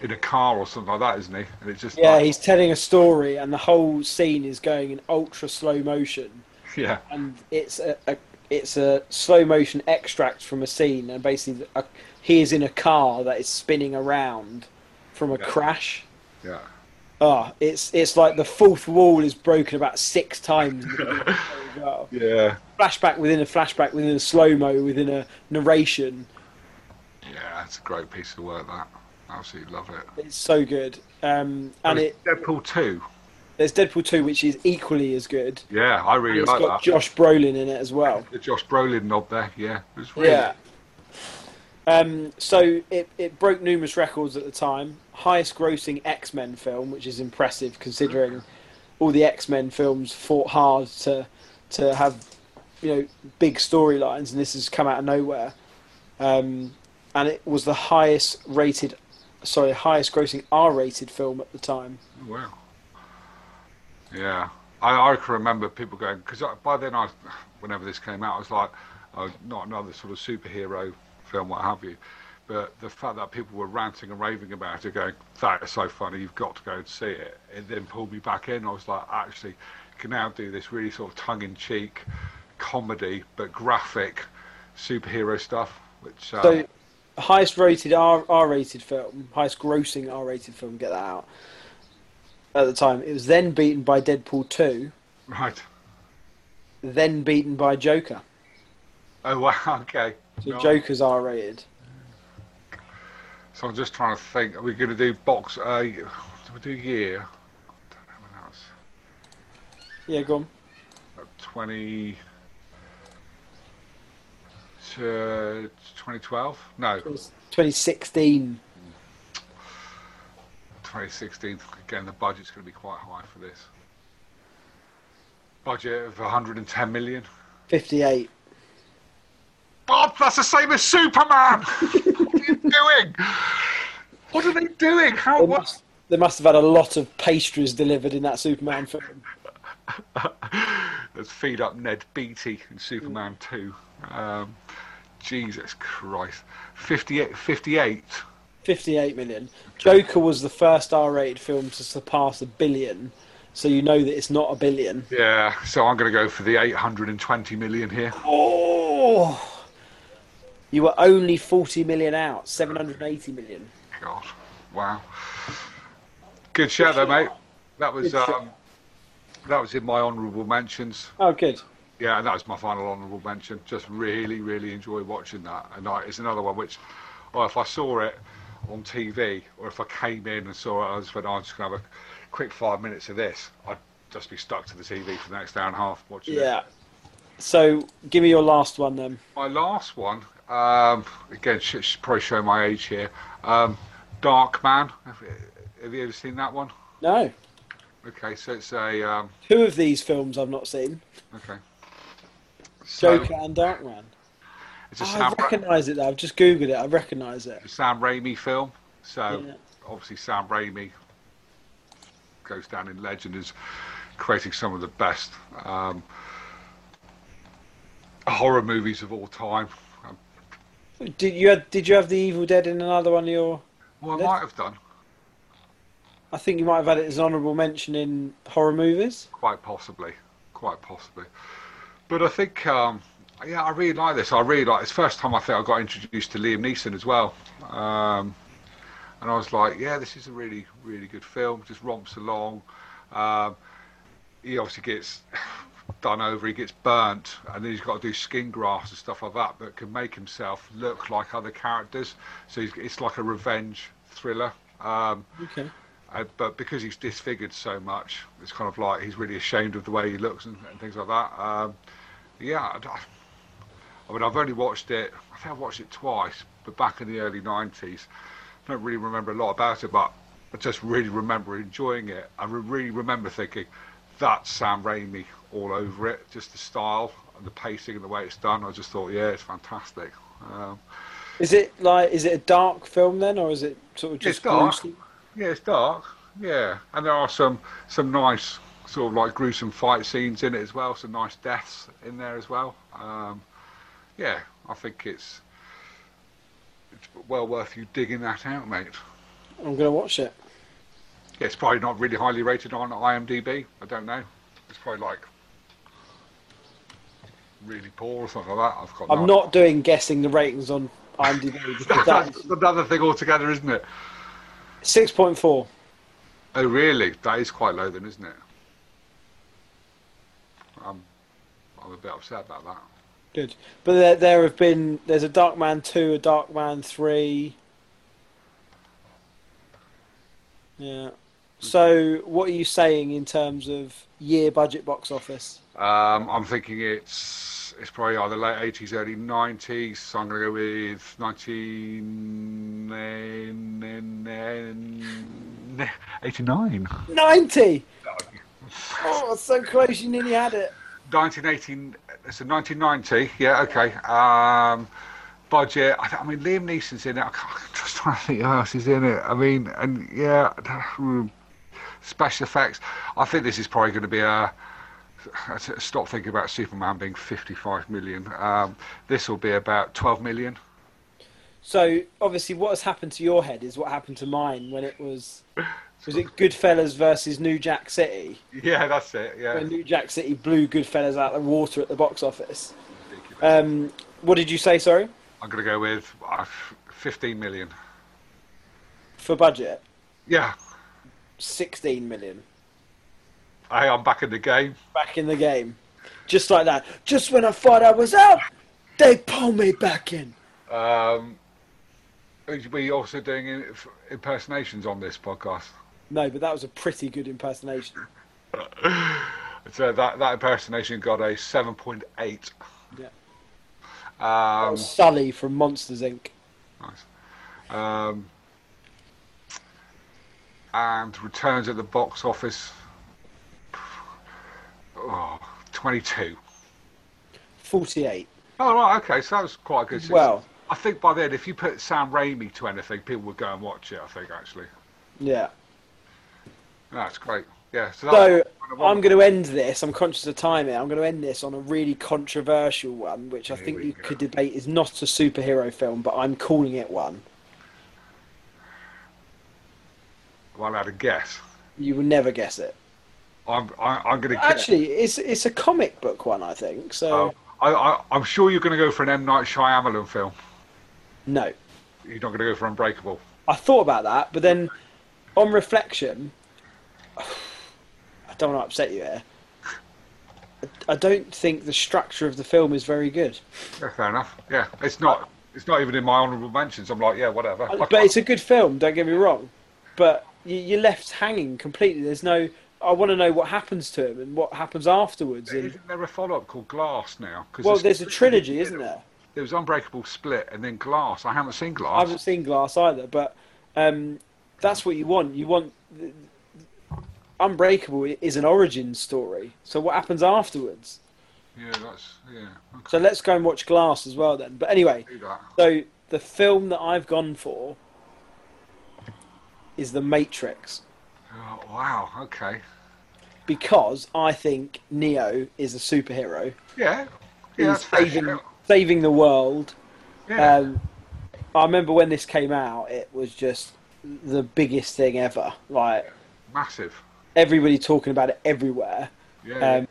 [SPEAKER 1] in a car or something like that, isn't he? And it's just
[SPEAKER 2] Yeah,
[SPEAKER 1] like-
[SPEAKER 2] he's telling a story, and the whole scene is going in ultra slow motion,
[SPEAKER 1] yeah,
[SPEAKER 2] and it's a, a it's a slow motion extract from a scene, and basically a, he is in a car that is spinning around from a
[SPEAKER 1] Yeah.
[SPEAKER 2] crash.
[SPEAKER 1] yeah.
[SPEAKER 2] Ah, it's it's like the fourth wall is broken about six times. Wow.
[SPEAKER 1] Yeah,
[SPEAKER 2] flashback within a flashback within a slow mo within a narration.
[SPEAKER 1] yeah, it's a great piece of work. That absolutely love it.
[SPEAKER 2] It's so good. Um, and it
[SPEAKER 1] Deadpool two.
[SPEAKER 2] there's Deadpool two, which is equally as good.
[SPEAKER 1] Yeah, I really
[SPEAKER 2] It's
[SPEAKER 1] like that.
[SPEAKER 2] got Josh Brolin in it as well.
[SPEAKER 1] the Josh Brolin knob there. Yeah, it was really
[SPEAKER 2] Yeah. Um, so it, it broke numerous records at the time. Highest grossing X Men film, which is impressive considering all the X Men films fought hard to to have you know big storylines, and this has come out of nowhere. Um, and it was the highest rated, sorry, highest grossing R rated film at the time.
[SPEAKER 1] Oh, Wow. Yeah, I, I can remember people going because by then I, whenever this came out, I was like, oh, not another sort of superhero film, what have you. But the fact that people were ranting and raving about it, going, that is so funny, you've got to go and see it, it then pulled me back in. I was like, actually, you can now do this really sort of tongue-in-cheek comedy, but graphic superhero stuff, which uh,
[SPEAKER 2] So, highest rated R R rated film, highest grossing R rated film. Get that out. At the time, it was then beaten by Deadpool two,
[SPEAKER 1] right.
[SPEAKER 2] then beaten by Joker.
[SPEAKER 1] Oh wow, okay.
[SPEAKER 2] So
[SPEAKER 1] No.
[SPEAKER 2] Joker's R rated.
[SPEAKER 1] So I'm just trying to think. Are we going to do box? Uh, do we do year? I don't know when that was.
[SPEAKER 2] Yeah, go on.
[SPEAKER 1] About 20 to 2012? No,
[SPEAKER 2] It was 2016.
[SPEAKER 1] 2016. Again, the budget's going to be quite high for this. Budget of 110 million.
[SPEAKER 2] 58.
[SPEAKER 1] Bob, that's the same as Superman. what are you doing? What are they doing? How?
[SPEAKER 2] They
[SPEAKER 1] What?
[SPEAKER 2] must, they must have had a lot of pastries delivered in that Superman film.
[SPEAKER 1] Let's feed up Ned Beatty in Superman 2. Um, Jesus Christ. 58, 58.
[SPEAKER 2] 58 million. Joker was the first R rated film to surpass a billion, so you know that it's not a billion.
[SPEAKER 1] Yeah, so I'm going to go for the 820 million here.
[SPEAKER 2] Oh! You were only 40 million out, 780 million.
[SPEAKER 1] God. Wow. Good shout though, mate. That was
[SPEAKER 2] Good shout.
[SPEAKER 1] um, that was in my honourable mentions.
[SPEAKER 2] Oh, good.
[SPEAKER 1] Yeah, and that was my final honourable mention. Just really, really enjoy watching that. And I, it's another one which, oh, if I saw it on TV or if I came in and saw it, I just went, oh, I'm just going to have a quick five minutes of this. I'd just be stuck to the TV for the next hour and a half watching
[SPEAKER 2] Yeah.
[SPEAKER 1] it.
[SPEAKER 2] So, give me your last one then.
[SPEAKER 1] My last one, um, again, should, should probably show my age here. Um, Dark Man. Have, have you ever seen that one?
[SPEAKER 2] No.
[SPEAKER 1] Okay, so it's a. Um,
[SPEAKER 2] Two of these films I've not seen
[SPEAKER 1] okay. So
[SPEAKER 2] Joker and Darkman.
[SPEAKER 1] it's a
[SPEAKER 2] I
[SPEAKER 1] Sam, Ra-
[SPEAKER 2] recognise it though. I've just googled it. I recognise it.
[SPEAKER 1] a Sam Raimi film. So.
[SPEAKER 2] Yeah.
[SPEAKER 1] obviously Sam Raimi goes down in legend as creating some of the best um, horror movies of all time. Um,
[SPEAKER 2] Did you had, did you have the Evil Dead in another one of your?
[SPEAKER 1] Well, I
[SPEAKER 2] Let's-
[SPEAKER 1] might have done,
[SPEAKER 2] I think you might have had it as an honourable mention in horror movies.
[SPEAKER 1] quite possibly, quite possibly. But I think, um, yeah, I really like this. I really like. It's the first time I think I got introduced to Liam Neeson as well. Um, and I was like, yeah, this is a really, really good film. Just romps along. Um, he obviously gets done over, he gets burnt, and then he's got to do skin grafts and stuff like that, but can make himself look like other characters. So he's, it's like a revenge thriller. Um,
[SPEAKER 2] Okay.
[SPEAKER 1] uh, but because he's disfigured so much, it's kind of like he's really ashamed of the way he looks and, and things like that. Um, yeah, I, d- I mean, I've only watched it. I think I watched it twice, but back in the early '90s. I don't really remember a lot about it, but I just really remember enjoying it. I re- really remember thinking, "That's Sam Raimi all over it. Just the style and the pacing and the way it's done. I just thought, yeah, it's fantastic. Um,
[SPEAKER 2] Is it like is it a dark film then, or is it sort of just
[SPEAKER 1] dark.
[SPEAKER 2] gruesome?
[SPEAKER 1] yeah, it's dark. Yeah, and there are some some nice sort of like gruesome fight scenes in it as well. Some nice deaths in there as well. Um, yeah, I think it's it's well worth you digging that out, mate.
[SPEAKER 2] I'm gonna watch it.
[SPEAKER 1] Yeah, it's probably not really highly rated on IMDb. I don't know. It's probably like really poor or something like that. I've got.
[SPEAKER 2] I'm not doing guessing the ratings on IMDb because
[SPEAKER 1] That's
[SPEAKER 2] that's
[SPEAKER 1] another thing altogether, isn't it?
[SPEAKER 2] six point four.
[SPEAKER 1] Oh, really? That is quite low, then, isn't it? I'm, I'm a bit upset about that.
[SPEAKER 2] Good, but there there have been there's a Dark Man two, a Dark Man three. Yeah. So what are you saying in terms of year budget box office?
[SPEAKER 1] Um, I'm thinking it's it's probably either late 80s, early 90s. So I'm going to go with 1989.
[SPEAKER 2] 90. Oh, so close! You nearly had it.
[SPEAKER 1] 1918, it's a 1990, yeah, okay. Um, budget, I, th- I mean, Liam Neeson's in it. I can't, I'm just trying to think who else is in it. I mean, and yeah, hmm, special effects. I think this is probably going to be a. Stop thinking about Superman being 55 million. Um, this will be about 12 million.
[SPEAKER 2] So obviously, what has happened to your head is what happened to mine when it was was it Goodfellas versus New Jack City?
[SPEAKER 1] Yeah, that's it. Yeah.
[SPEAKER 2] When New Jack City blew Goodfellas out of the water at the box office. Um, what did you say? Sorry
[SPEAKER 1] I'm going to go with uh, f- 15 million.
[SPEAKER 2] for budget,
[SPEAKER 1] Yeah,
[SPEAKER 2] sixteen million.
[SPEAKER 1] hey, I'm back in the game.
[SPEAKER 2] Back in the game, just like that. Just when I thought I was out, they pull me back in.
[SPEAKER 1] Um, are we also doing in- f- impersonations on this podcast?
[SPEAKER 2] No, but that was a pretty good impersonation.
[SPEAKER 1] So uh, that, that impersonation got a 7.8.
[SPEAKER 2] Yeah. That
[SPEAKER 1] Um,
[SPEAKER 2] was Sully from Monsters Inc.
[SPEAKER 1] nice. um, and returns at the box office oh, 22.
[SPEAKER 2] Forty-eight.
[SPEAKER 1] Oh, right, okay, so that was quite a good success.
[SPEAKER 2] Well.
[SPEAKER 1] I think by then, if you put Sam Raimi to anything, people would go and watch it, I think, actually.
[SPEAKER 2] Yeah.
[SPEAKER 1] That's great. Yeah, so
[SPEAKER 2] So
[SPEAKER 1] that's kind of one.
[SPEAKER 2] I'm going to end this. I'm conscious of time here. I'm going to end this on a really controversial one, which I
[SPEAKER 1] Here
[SPEAKER 2] think
[SPEAKER 1] we
[SPEAKER 2] you
[SPEAKER 1] go.
[SPEAKER 2] could debate is not a superhero film, but I'm calling it one.
[SPEAKER 1] Well, I had a guess.
[SPEAKER 2] You will never guess it.
[SPEAKER 1] I'm, I, I'm going to guess.
[SPEAKER 2] Actually, uh, it's it's a comic book one, I think. So
[SPEAKER 1] Oh, I, I, I'm sure you're going to go for an M Night Shyamalan film.
[SPEAKER 2] no,
[SPEAKER 1] You're not going to go for Unbreakable.
[SPEAKER 2] I thought about that, but then on reflection, I don't want to upset you here. I- I don't think the structure of the film is very good.
[SPEAKER 1] Yeah, fair enough. Yeah, it's not. It's not even in my honourable mentions. I'm like, yeah, whatever. I
[SPEAKER 2] but
[SPEAKER 1] can't-
[SPEAKER 2] it's a good film. Don't get me wrong, but you, you're left hanging completely. There's no. I want to know what happens to him and what happens afterwards. And
[SPEAKER 1] Isn't there a follow-up called Glass now? 'Cause
[SPEAKER 2] well,
[SPEAKER 1] it's-
[SPEAKER 2] there's a trilogy, isn't there?
[SPEAKER 1] There was Unbreakable, Split, and then Glass. I haven't seen
[SPEAKER 2] I
[SPEAKER 1] Glass.
[SPEAKER 2] haven't seen Glass either, but um, that's what you want. You want Unbreakable is an origin story. So what happens afterwards?
[SPEAKER 1] Yeah, that's yeah. Okay,
[SPEAKER 2] So let's go and watch Glass as well then. But anyway,
[SPEAKER 1] do that.
[SPEAKER 2] so the film that I've gone for is The Matrix.
[SPEAKER 1] Oh, wow. Okay.
[SPEAKER 2] because I think Neo is a superhero.
[SPEAKER 1] Yeah. Yeah.
[SPEAKER 2] He's
[SPEAKER 1] That's fair.
[SPEAKER 2] saving, saving the world.
[SPEAKER 1] yeah.
[SPEAKER 2] Um, I remember when this came out, it was just the biggest thing ever. Like
[SPEAKER 1] Massive.
[SPEAKER 2] everybody talking about it everywhere.
[SPEAKER 1] Yeah.
[SPEAKER 2] Um,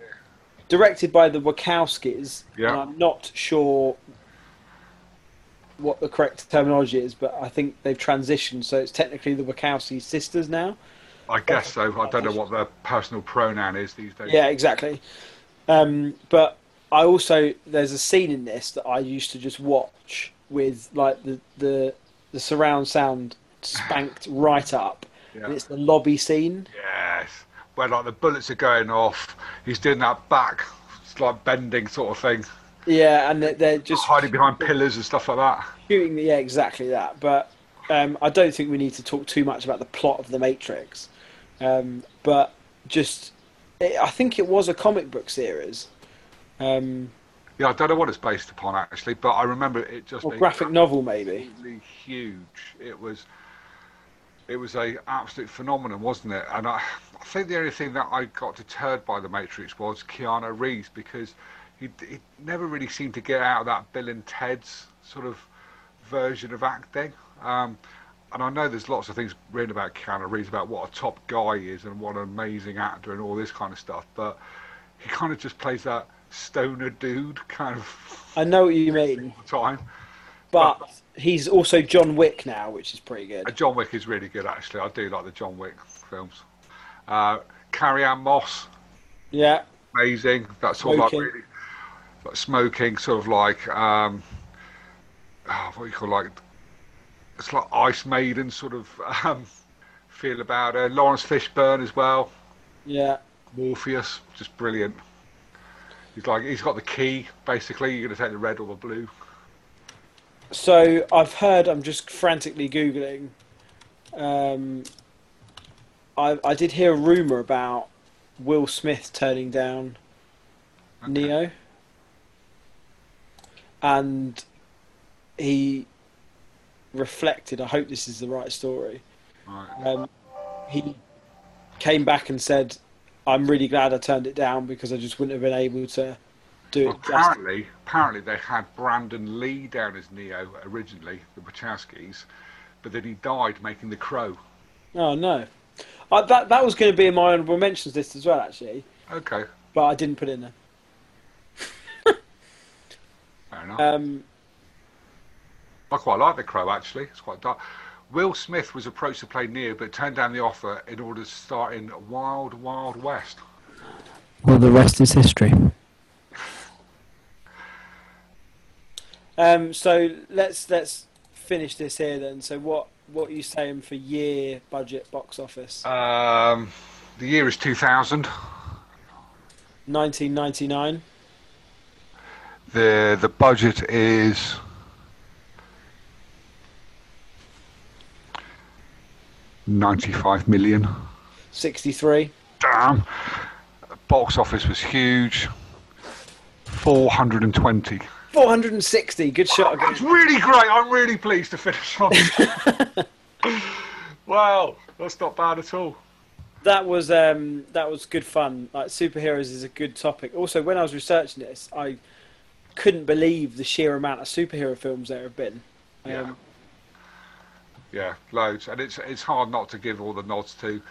[SPEAKER 2] Directed by the Wachowskis,
[SPEAKER 1] Yeah.
[SPEAKER 2] and I'm not sure what the correct terminology is, but I think they've transitioned, so it's technically the Wachowski sisters now.
[SPEAKER 1] I guess so. I don't know what their personal pronoun is these days.
[SPEAKER 2] Yeah, exactly. Um, but I also there's a scene in this that I used to just watch with like the the, the surround sound spanked right up.
[SPEAKER 1] Yeah.
[SPEAKER 2] And it's the lobby scene.
[SPEAKER 1] Yes, where like the bullets are going off. He's doing that back, it's like bending sort of thing,
[SPEAKER 2] Yeah, and they're, they're just
[SPEAKER 1] hiding behind pillars and stuff like that.
[SPEAKER 2] shooting. The, yeah, exactly that. But um, I don't think we need to talk too much about the plot of the Matrix. Um, but just it, I think it was a comic book series, um,
[SPEAKER 1] Yeah, I don't know what it's based upon actually, but I remember it just
[SPEAKER 2] or
[SPEAKER 1] being
[SPEAKER 2] graphic novel maybe.
[SPEAKER 1] absolutely huge. It was, it was a absolute phenomenon, wasn't it? And I, I think the only thing that I got deterred by the Matrix was Keanu Reeves because he, he never really seemed to get out of that Bill and Ted's sort of version of acting. Um, and I know there's lots of things written about Keanu Reeves about what a top guy he is and what an amazing actor and all this kind of stuff, but he kind of just plays that stoner dude kind of
[SPEAKER 2] I know what you mean,
[SPEAKER 1] time.
[SPEAKER 2] but he's also John Wick now, which is pretty
[SPEAKER 1] Uh,
[SPEAKER 2] good.
[SPEAKER 1] John Wick is really good, actually. I do like the John Wick films. Uh, Carrie Ann Moss,
[SPEAKER 2] Yeah,
[SPEAKER 1] amazing. That's all like
[SPEAKER 2] Smoking.
[SPEAKER 1] really like smoking, sort of like um, ah, what do you call like it's like Ice Maiden sort of um, feel about her. Lawrence Fishburne as well.
[SPEAKER 2] yeah.
[SPEAKER 1] Morpheus, just brilliant. He's like he's got the key. Basically, you're going to take the red or the blue.
[SPEAKER 2] So I've heard. I'm just frantically googling. Um, I I did hear a rumor about Will Smith turning down Neo, and he reflected. I hope this is the right story.
[SPEAKER 1] Right.
[SPEAKER 2] Um, he came back and said, "I'm really glad I turned it down because I just wouldn't have been able to do it." justice."
[SPEAKER 1] Apparently, apparently they had Brandon Lee down as Neo originally, the Wachowskis, but then he died making The Crow.
[SPEAKER 2] Oh no, I, that that was going to be in my honourable mentions list as well, actually,
[SPEAKER 1] Okay,
[SPEAKER 2] but I didn't put it in there.
[SPEAKER 1] fair enough.
[SPEAKER 2] Um,
[SPEAKER 1] I quite like The Crow actually. It's quite dark. Will Smith was approached to play Neo, but turned down the offer in order to start in Wild Wild West.
[SPEAKER 4] Well, the rest is history.
[SPEAKER 2] um, so let's let's finish this here then. So what what are you saying for year budget box office?
[SPEAKER 1] Um, the year is 2000.
[SPEAKER 2] 1999.
[SPEAKER 1] The the budget is. Ninety-five million.
[SPEAKER 2] 63.
[SPEAKER 1] Damn. Box office was huge. 420.
[SPEAKER 2] 460. Good shot.
[SPEAKER 1] That's
[SPEAKER 2] Again.
[SPEAKER 1] really great. I'm really pleased to finish on. wow, that's not bad at all.
[SPEAKER 2] That was um, that was good fun. Like superheroes is a good topic. Also, when I was researching this, I couldn't believe the sheer amount of superhero films there have been. Um,
[SPEAKER 1] Yeah. Yeah, loads. And it's it's hard not to give all the nods to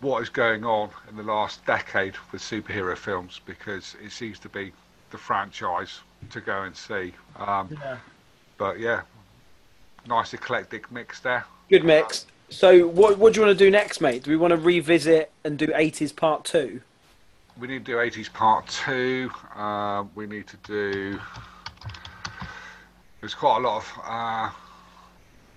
[SPEAKER 1] what is going on in the last decade with superhero films because it seems to be the franchise to go and see. Um,
[SPEAKER 2] Yeah.
[SPEAKER 1] but yeah, nice eclectic mix there.
[SPEAKER 2] Good mix. So, what what do you want to do next, mate? Do we want to revisit and do eighties part two?
[SPEAKER 1] We need to do 80s part two. Uh, we need to do. There's quite a lot of uh,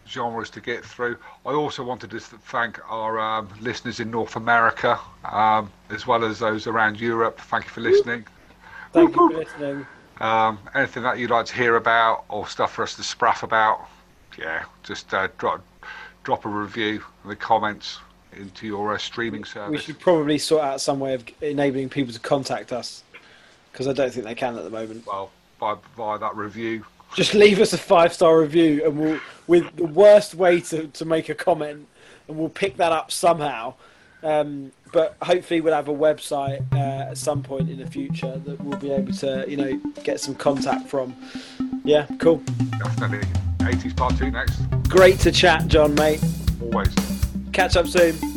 [SPEAKER 1] genres to get through. I also wanted to thank our um, listeners in North America um, as well as those around Europe. Thank you for listening.
[SPEAKER 2] Thank you for listening.
[SPEAKER 1] Um, anything that you'd like to hear about or stuff for us to spraff about, yeah, just uh, drop, drop a review in the comments into your uh, streaming
[SPEAKER 2] We
[SPEAKER 1] service.
[SPEAKER 2] should probably sort out some way of enabling people to contact us because I don't think they can at the moment.
[SPEAKER 1] Well, by, by that review.
[SPEAKER 2] Just leave us a five star review, and we'll with the worst way to, to make a comment, and we'll pick that up somehow. Um, but hopefully, we'll have a website uh, at some point in the future that we'll be able to, you know, get some contact from. Yeah, cool.
[SPEAKER 1] Definitely. 80s part two next.
[SPEAKER 2] Great to chat, John, mate.
[SPEAKER 1] Always.
[SPEAKER 2] Catch up soon.